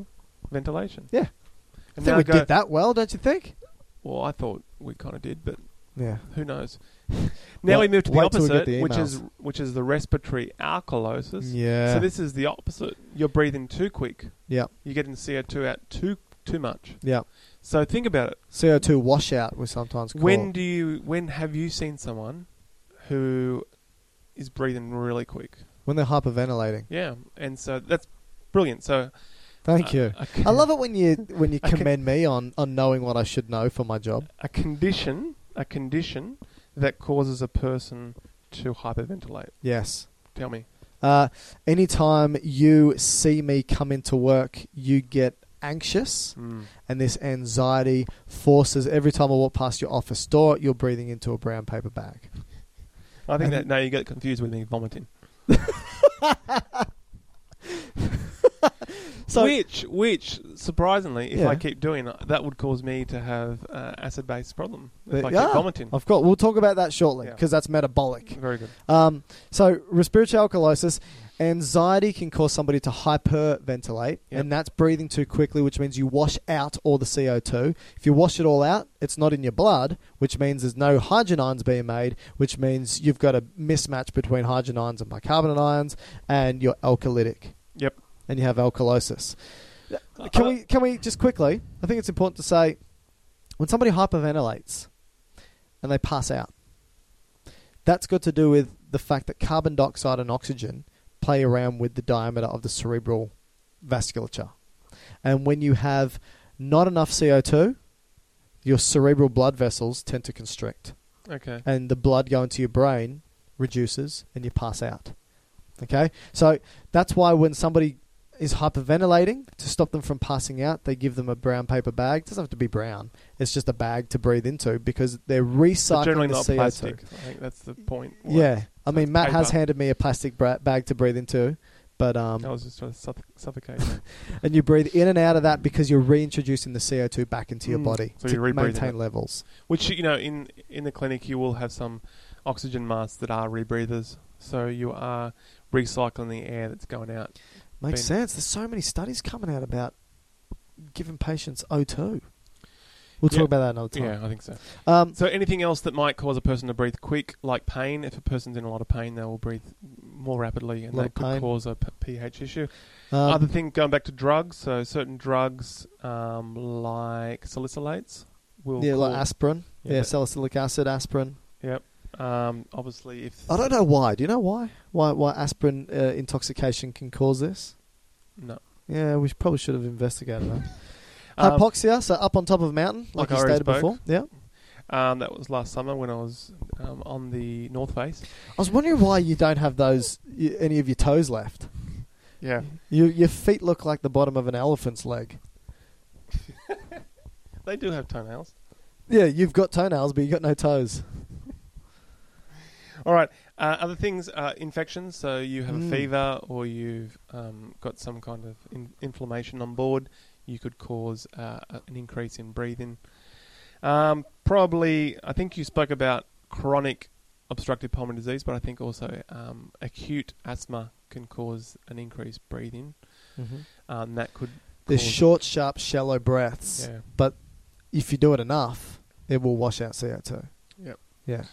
hypoventilation.
Yeah. I think
And now
we
go-
did that well, don't you think?
Well, I thought we kind of did, but
Yeah.
who knows? Now
Well,
we move to the
wait till we get
opposite,
the
which is
emails.
which is the respiratory alkalosis.
Yeah.
So this is the opposite. You're breathing too quick.
Yeah.
You're getting CO2 out too too much.
Yeah.
So think about it.
CO2 washout was sometimes called.
When do you when have you seen someone who is breathing really quick?
when they're hyperventilating.
Yeah. And so that's brilliant. So
Thank
a-
you.
A,
I love it when you when you
Uh, I can-
commend me on, on knowing what I should know for my job.
a condition, a condition that causes a person to hyperventilate.
Yes.
Tell me.
Uh, anytime you see me come into work, you get anxious,
Hmm.
and this anxiety forces every time I walk past your office door, you're breathing into a brown paper bag.
I think
And-
that now you get confused with me vomiting.
So
which, which, surprisingly, if
Yeah.
I keep doing it, that would cause me to have uh, acid-based problem. If I
uh, Yeah,
keep vomiting.
Of course, we'll talk about that shortly
Yeah.
because that's metabolic.
Very good.
Um, so respiratory alkalosis, anxiety can cause somebody to hyperventilate,
Yep.
and that's breathing too quickly, which means you wash out all the CO2. If you wash it all out, it's not in your blood, which means there's no hydrogen ions being made, which means you've got a mismatch between hydrogen ions and bicarbonate ions, and you're alkalytic,
Yep.
and you have alkalosis. Can we can we just quickly? I think it's important to say when somebody hyperventilates and they pass out, that's got to do with the fact that carbon dioxide and oxygen play around with the diameter of the cerebral vasculature, and when you have not enough CO two, your cerebral blood vessels tend to constrict,
Okay.
and the blood going to your brain reduces, and you pass out. Okay, so that's why when somebody is hyperventilating to stop them from passing out, they give them a brown paper bag. It doesn't have to be brown; it's just a bag to breathe into because they're
But
recycling
generally
the
not
CO2.
plastic. I think that's the point.
Yeah, I mean,
it's
Matt has
paper.
handed me a plastic bra- bag to breathe into, but um,
I was just trying to suff- suffocate.
and you breathe in and out of that because you're reintroducing the CO two back into your
Mm,
body
so
to
you're rebreathing
maintain
it.
levels.
Which you know, in in the clinic, you will have some oxygen masks that are rebreathers, so you are recycling the air that's going out.
Makes
Been-
sense. There's so many studies coming out about giving patients O two. We'll
Yeah.
talk about that another time.
Yeah, I think so.
Um,
So anything else that might cause a person to breathe quick, like pain. If a person's in a lot of pain, they will breathe more rapidly, and
Lot
that
of
could
pain.
cause a p- pH issue.
um,
Other thing, going back to drugs. So certain drugs, um, like salicylates, will
yeah, like
cause-
aspirin.
Yeah,
Yeah,
but-
salicylic acid, aspirin.
um, obviously if
I don't know why. Do you know why? Why why aspirin uh, intoxication can cause this?
No,
Yeah, we probably should have investigated that.
Um,
Hypoxia, so up on top of a mountain, like,
like I
you
already
stated
spoke.
before. Yeah.
um, that was last summer when I was um, on the North Face.
I was wondering why you don't have those y any of your toes left.
Yeah,
You, your feet look like the bottom of an elephant's leg.
they do have toenails.
Yeah, you've got toenails, but you got no toes.
All right. Uh, other things are infections. So you have
Mm.
a fever or you've um, got some kind of in- inflammation on board. You could cause uh, a- an increase in breathing. Um, probably, I think you spoke about chronic obstructive pulmonary disease, but I think also um, acute asthma can cause an increased breathing.
Mm-hmm.
Um, that could
They're
cause-
short, sharp, shallow breaths.
Yeah.
But if you do it enough, it will wash out CO2.
Yep.
Yeah.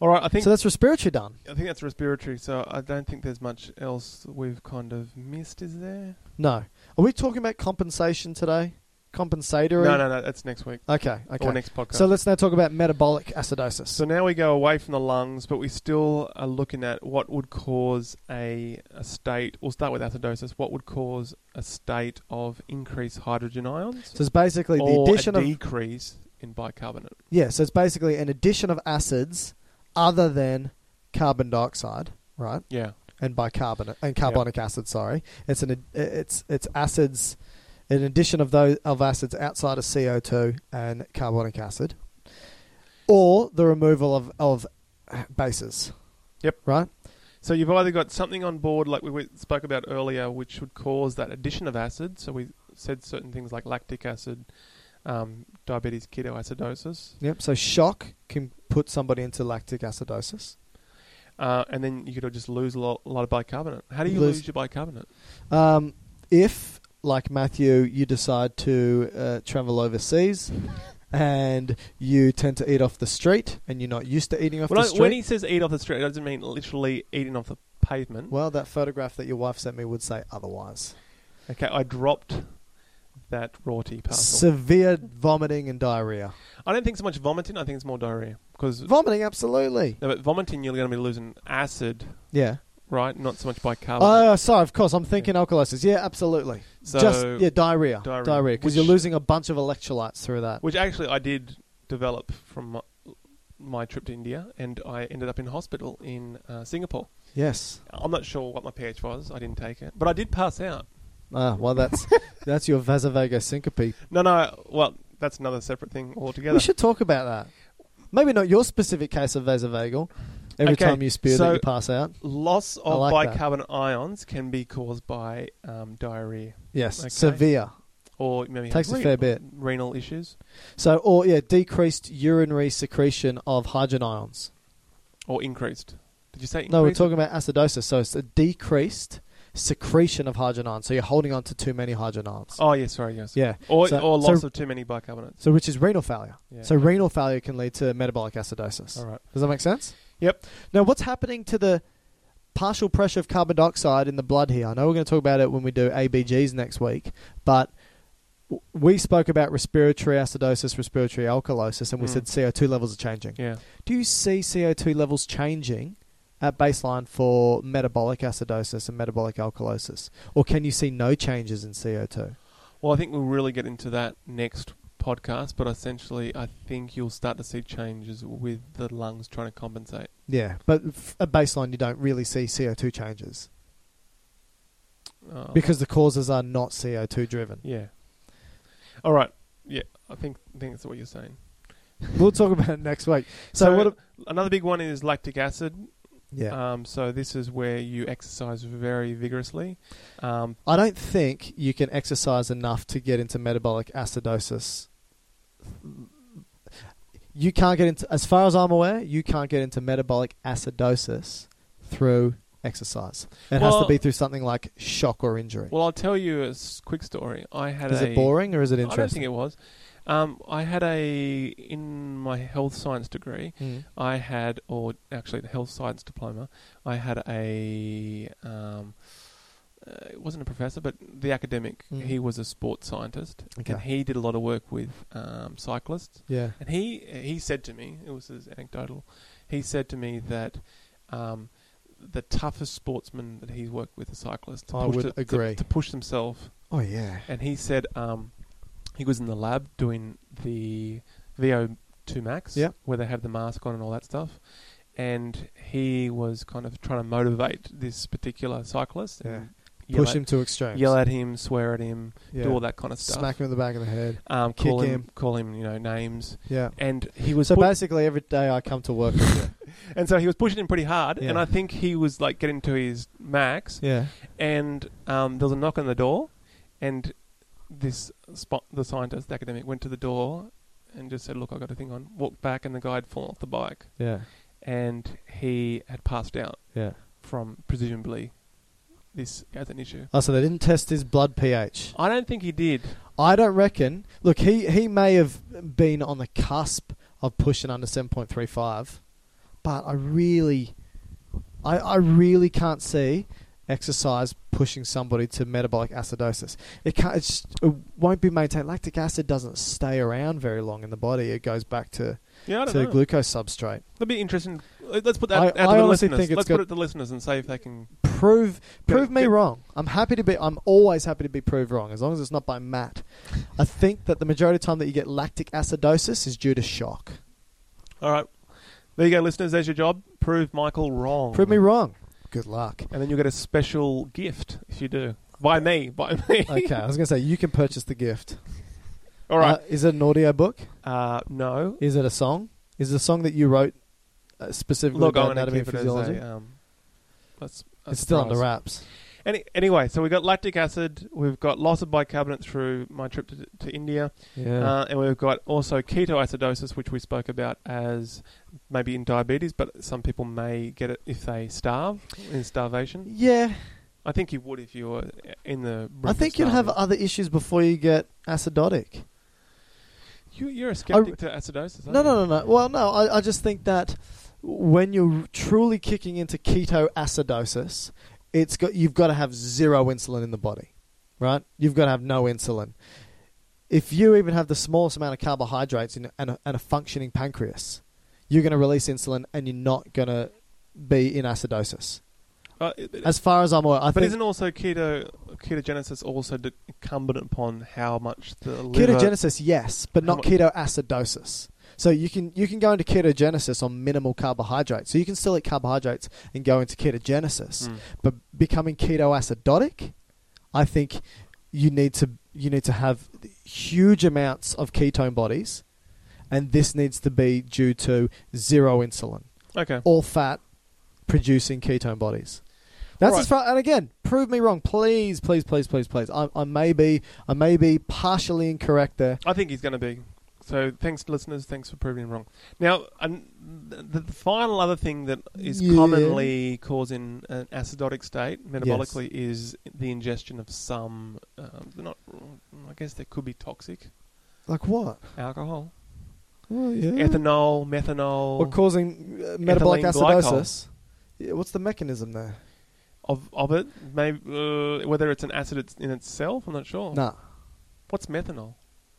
All right, I think
So that's respiratridone.
I think that's respiratory. So I don't think there's much else we've kind of missed, is there?
No. Are we talking about compensation today? Compensatory?
No, no, no. That's next week
Okay, okay.
or next podcast.
So let's now talk about metabolic acidosis.
So now we go away from the lungs, but we still are looking at what would cause a, a state. We'll start with acidosis. What would cause a state of increased hydrogen ions
So it's basically the
or
addition
a
of
decrease in bicarbonate?
yeah. So it's basically an addition of acids other than carbon dioxide, right?
Yeah,
And bicarbonate and carbonic acid. Sorry, it's an it's it's acids, an addition of those of acids outside of CO two and carbonic acid, or the removal of of bases.
Yep.
Right.
So you've either got something on board, like we- we spoke about earlier, which would cause that addition of acid. So we said certain things like lactic acid, um, diabetes ketoacidosis,
Yep. So shock can put somebody into lactic acidosis.
uh, and then you could just lose a lot, a lot of bicarbonate. How do you
Lose-
lose your bicarbonate?
Um, if, like Matthew, you decide to uh, travel overseas and you tend to eat off the street and you're not used to eating off
When,
the
I,
street,
when he says eat off the street, it doesn't mean literally eating off the pavement.
well, that photograph that your wife sent me would say otherwise.
Okay, I dropped that rorty parcel.
Severe vomiting and diarrhea.
I don't think so much vomiting. I think it's more diarrhea because
Vomiting, absolutely.
no, but vomiting you're going to be losing acid,
Yeah.
right? Not so much bicarbonate.
Oh, sorry. Of course, I'm thinking alkalosis. Yeah, absolutely.
So-
Just yeah, diarrhea,
Diarrhea.
diarrhea, because
Which-
you're losing a bunch of electrolytes through that.
which actually I did develop from my, my trip to India, and I ended up in hospital in uh, Singapore.
yes.
I'm not sure what my pH was. I didn't take it, but I did pass out.
Ah, well, that's that's your vasovagal syncope.
No, no. Well, that's another separate thing altogether.
We should talk about that. Maybe not your specific case of vasovagal. Every
Okay,
time you spew that
so-
you pass out.
Loss
I
of
like that.
bicarbonate ions can be caused by um, diarrhea
Yes,
Okay.
severe.
or maybe
Takes a
re-
fair bit.
renal issues
So, or yeah, decreased urinary secretion of hydrogen ions.
or increased. Did you say increased?
No, we're talking about acidosis. So it's a decreased secretion of hydrogen ions. So you're holding on to too many hydrogen ions.
Oh, yes, sorry, yes.
Yeah.
Or,
So-
or loss
so-
of too many bicarbonates.
So which is renal failure.
Yeah.
So renal failure can lead to metabolic acidosis.
All right.
Does that make sense?
Yep.
Now, what's happening to the partial pressure of carbon dioxide in the blood here? I know we're going to talk about it when we do ABGs next week, but w- we spoke about respiratory acidosis, respiratory alkalosis, and we
Mm.
said CO2 levels are changing.
Yeah.
Do you see CO2 levels changing at baseline for metabolic acidosis and metabolic alkalosis? Or can you see no changes in CO2?
Well, I think we'll really get into that next podcast, but essentially, I think you'll start to see changes with the lungs trying to compensate.
Yeah, but f- at baseline, you don't really see CO2 changes
Uh,
because the causes are not CO2 driven.
yeah. All right. Yeah, I think I think that's what you're saying.
We'll talk about it next week. So, what? a-
Another big one is lactic acid.
yeah,
Um, so this is where you exercise very vigorously. Um,
I don't think you can exercise enough to get into metabolic acidosis. You can't get into, as far as I'm aware, you can't get into metabolic acidosis through exercise. It has to
Well-
be through something like shock or injury.
well, I'll tell you a s- quick story. I had
is
a
it boring or is it
I don't think
interesting?
it was. Um, I had a in my health science degree.
Mm.
I had, or actually the health science diploma, I had a, um, uh, it wasn't a professor, but the academic,
Mm.
he was a sports scientist,
Okay.
and he did a lot of work with um, cyclists.
Yeah.
And he he said to me, it was his anecdotal, he said to me that um, the toughest sportsman that he's worked with, a cyclist, to
I
push
would
the- to-
agree.
to push themselves
Oh yeah.
and he said um, he was in the lab doing the VO2 max,
Yep.
where they have the mask on and all that stuff. And he was kind of trying to motivate this particular cyclist. And yell,
Push him to
at,
extremes.
yell at him, swear at him,
yeah.
do all that kind of stuff.
Smack him in the back of the head.
um, call
kick
him,
him.
call him, you know, names.
Yeah.
And he was
So
put-
basically, every day I come to work with you.
and so he was pushing him pretty hard.
Yeah.
And I think he was like getting to his max.
yeah.
and um, there was a knock on the door, and this spot, the scientist, the academic, went to the door and just said, "Look, I got a thing on." Walked back, and the guy had fallen off the bike,
Yeah.
and he had passed out
Yeah.
from presumably this as an issue.
Oh, so they didn't test his blood pH.
I don't think he did.
I don't reckon. Look, he, he may have been on the cusp of pushing under 7.35, but I really, I, I really can't see exercise pushing somebody to metabolic acidosis. It can't. It's, just- it won't be maintained. Lactic acid doesn't stay around very long in the body. It goes back to
Yeah, I don't
to
know.
glucose substrate.
That'd be interesting. Let- Let's put that
I- I
out to the
honestly
listeners.
think it's
Let's
got-
put it to listeners and see if they can.
prove
Go-
prove me
go-
wrong. I'm happy to be. I'm always happy to be proved wrong, as long as it's not by Matt. I think that the majority of time that you get lactic acidosis is due to shock.
All right, there you go, listeners. There's your job. Prove Michael wrong.
Prove me wrong. Good luck.
And then you'll get a special gift if you do. By me, by me.
Okay, I was going to say you can purchase the gift.
All right.
Uh, is it an audio book?
Uh, no.
Is it a song? Is it a song that you wrote uh, specifically
Look,
about
I'm going to
anatomy and
keep it as
physiology?
a. uh, Um, that's,
it's still under wraps.
Any, anyway, so we've got lactic acid, we've got loss of bicarbonate through my trip to, to India,
Yeah.
uh, and we've got also ketoacidosis, which we spoke about as maybe in diabetes, but some people may get it if they starve in starvation.
yeah.
I think you would if you were in the. brink
I
of
think you'll have
starving.
other issues before you get acidotic.
You, you're a skeptic to acidosis.
No, no, no, no. Well, no, I, I just think that when you're truly kicking into ketoacidosis, it's got you've got to have zero insulin in the body, right? You've got to have no insulin. If you even have the smallest amount of carbohydrates in, and, a, and a functioning pancreas, you're going to release insulin, and you're not going to be in acidosis.
Uh, it- it-
As far as I'm aware, I
but
think
isn't also keto ketogenesis also dependent upon how much the liver-
ketogenesis, yes, but
How
not
mu-
ketoacidosis. So you can you can go into ketogenesis on minimal carbohydrates. So you can still eat carbohydrates and go into ketogenesis,
Mm.
but becoming ketoacidotic, I think you need to you need to have huge amounts of ketone bodies, and this needs to be due to zero insulin
Okay.
all fat producing ketone bodies. That's
All
as far. And again, prove me wrong, please, please, please, please, please. I, I may be, I may be partially incorrect there.
I think he's going to be. So thanks, listeners. Thanks for proving him wrong. Now, an the, the final other thing that is
Yeah.
commonly causing an acidotic state metabolically is the ingestion of some. Um, they're not, I guess they could be toxic
Like what?
alcohol,
Well, yeah.
ethanol, methanol
Or causing uh, metabolic
Ethylene glycol.
acidosis. Yeah, what's the mechanism there?
of of it. Maybe uh, whether it's an acid it's in itself, I'm not sure.
Nah,
What's methanol?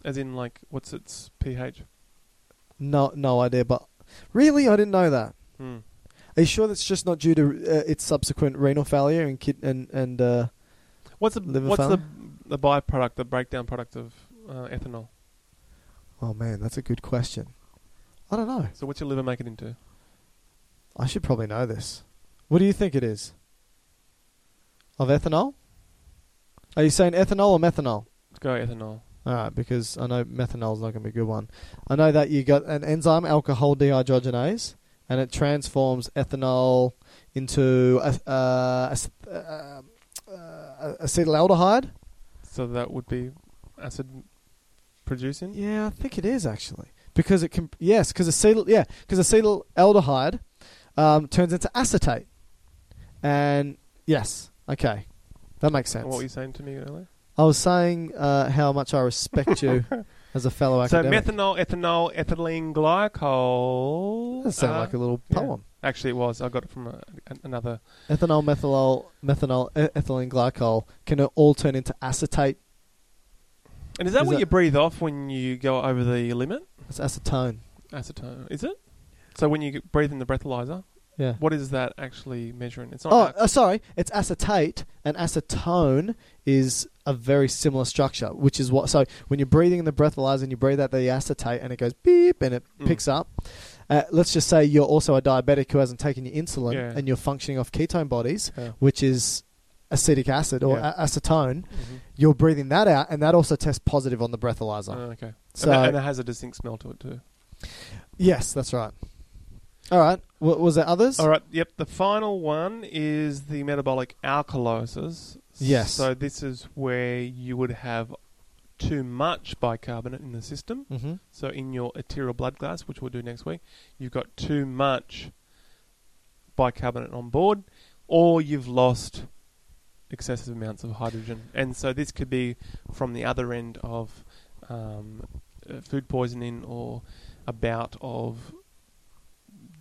As in, like, what's its pH?
no, no idea. But really, I didn't know that.
Hmm.
Are you sure that's just not due to uh, its subsequent renal failure and kid and and uh,
What's the
Liver
what's the the byproduct, the breakdown product of uh, ethanol?
oh man, that's a good question. I don't know.
So what's your liver make it into?
I should probably know this. What do you think it is? Of ethanol? Are you saying ethanol or methanol?
Go ethanol.
All right, because I know methanol's not going to be a good one. I know that you got an enzyme, alcohol dehydrogenase, and it transforms ethanol into uh, uh, ac- uh, uh, acetaldehyde.
So that would be acid producing.
Yeah, I think it is actually because it can. Yes, because acetyl. Yeah, because acetaldehyde um, turns into acetate, and yes, okay, that makes sense.
What were you saying to me earlier?
I was saying uh, how much I respect you as a fellow
so
academic.
methanol, ethanol, ethylene glycol.
that sounded
uh,
like a little
yeah.
poem.
Actually, it was. I got it from a, an- another.
Ethanol, methanol, methanol, e- ethylene glycol can all turn into acetate.
And is that
Is
what
that-
you breathe off when you go over the limit?
It's acetone.
Acetone. Is it? So when you get- breathe in the breathalyzer,
Yeah.
what is that actually measuring? It's not.
Oh,
alc-
uh, sorry. It's acetate, and acetone is a very similar structure, which is what. So when you're breathing in the breathalyzer and you breathe out the acetate, and it goes beep, and it
Mm.
picks up. Uh, let's just say you're also a diabetic who hasn't taken your insulin,
Yeah.
and you're functioning off ketone bodies,
Yeah.
which is acetic acid or
Yeah.
a- acetone.
Mhm.
You're breathing that out, and that also tests positive on the breathalyzer.
Oh, okay.
So-
and, it, and it has a distinct smell to it too.
Yes, that's right. All right. W- was there others?
All right. Yep. The final one is the metabolic alkalosis.
Yes.
So this is where you would have too much bicarbonate in the system.
Mm-hmm.
So in your arterial blood glass, which we'll do next week, you've got too much bicarbonate on board, or you've lost excessive amounts of hydrogen. And so this could be from the other end of um, uh, food poisoning or a bout of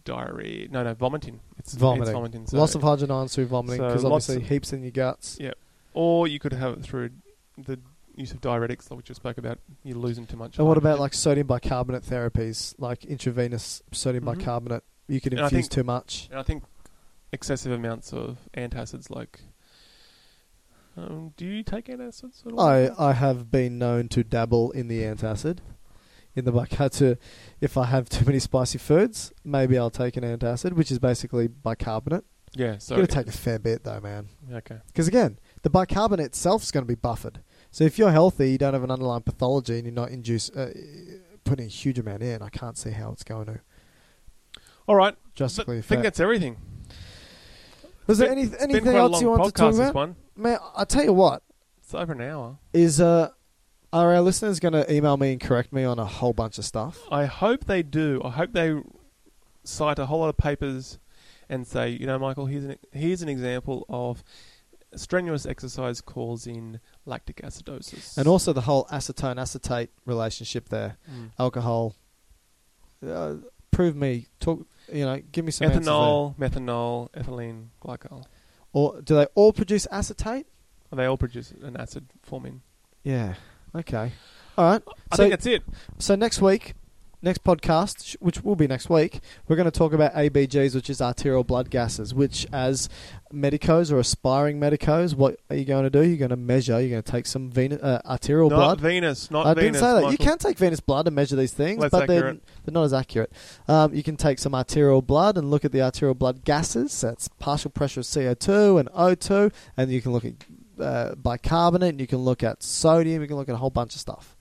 diarrhea. No, no, vomiting. It's
Vomiting.
It's vomiting sorry.
Loss of hydrogen ions through vomiting
So
because
lots
obviously
of-
heaps in your guts.
Yeah. Or you could have it through the use of diuretics, like we just spoke about. You're losing too much.
And what
hydrogen.
about like sodium bicarbonate therapies, like intravenous sodium
Mhm.
bicarbonate? You could
And I
infuse
think-
too much.
And I think excessive amounts of antacids, like. Um, do you take antacids at all?
I I have been known to dabble in the antacid, in the bicar to, if I have too many spicy foods, maybe I'll take an antacid, which is basically bicarbonate.
yeah, so.
You're gonna take a fair bit though, man.
okay.
Because again, the bicarbonate itself is going to be buffered. So if you're healthy, you don't have an underlying pathology, and you're not induce uh, putting a huge amount in, I can't see how it's going to
All right.
drastically
I think
affect.
that's everything.
Was there
been-
any,
It's been
anything
quite a
else
long
you want to
podcast,
talk
this
about?
one.
Man, I tell you what
It's over an hour.
is uh, are our listeners going to email me and correct me on a whole bunch of stuff?
I hope they do. I hope they cite a whole lot of papers and say, you know, Michael, here's an e-, here's an example of strenuous exercise causing lactic acidosis.
And also the whole acetone acetate relationship there,
Mm.
alcohol. Uh, prove me. Talk. You know, give me some answers there.
ethanol, methanol, ethylene glycol.
Or do they all produce acetate?
They all produce an acid forming.
Yeah. Okay. All right.
I
So-
think that's it.
So next week, next podcast, sh- which will be next week, we're going to talk about ABGs, which is arterial blood gases. Which, as medicos or aspiring medicos, what are you going to do? You're going to measure. You're going to take some venous, uh, arterial
Not
blood.
Venus. Not
I
Venus.
didn't say that. You
Michael.
can take venous blood and measure these things,
Less
but they're,
accurate.
they're not as accurate. Um, you can take some arterial blood and look at the arterial blood gases. That's partial pressure of CO2 and O2, and you can look at uh, bicarbonate, and you can look at sodium. You can look at a whole bunch of stuff.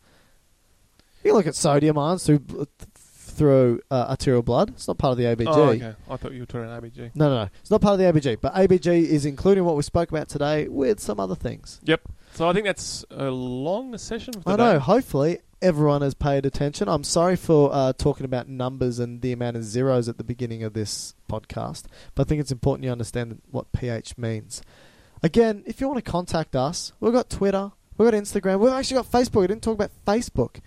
You can look at sodium ions through bl- th- through uh, arterial blood. It's not part of the ABG.
Oh, okay. I thought you were talking about ABG.
No, no, no. It's not part of the ABG, but ABG is including what we spoke about today with some other things.
Yep. So I think that's a long session. For
I
today.
know. Hopefully, everyone has paid attention. I'm sorry for uh, talking about numbers and the amount of zeros at the beginning of this podcast, but I think it's important you understand what pH means. Again, if you want to contact us, we've got Twitter, we've got Instagram, we've actually got Facebook. I didn't talk about Facebook.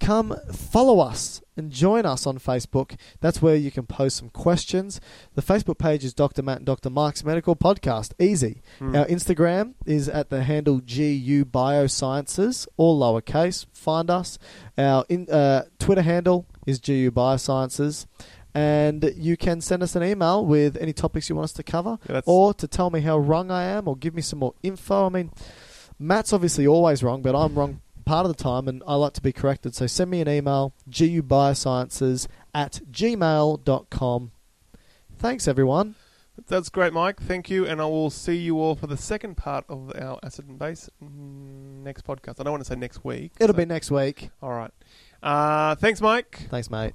Come follow us and join us on Facebook. That's where you can post some questions. The Facebook page is Dr. Matt and Dr. Mark's Medical Podcast. Easy.
Hmm.
Our Instagram is at the handle GU Biosciences, all lowercase. Find us. Our in, uh, Twitter handle is GU Biosciences. And you can send us an email with any topics you want us to cover
Yeah, that's-
or to tell me how wrong I am or give me some more info. I mean, Matt's obviously always wrong, but I'm wrong part of the time and I like to be corrected. So send me an email, gubiosciences at gmail.com. Thanks, everyone.
That's great, Mike. Thank you, and I will see you all for the second part of our acid and base mm, next podcast. I don't want to say next week.
It'll
so-
be next week.
all right. Uh, thanks, Mike.
Thanks, mate.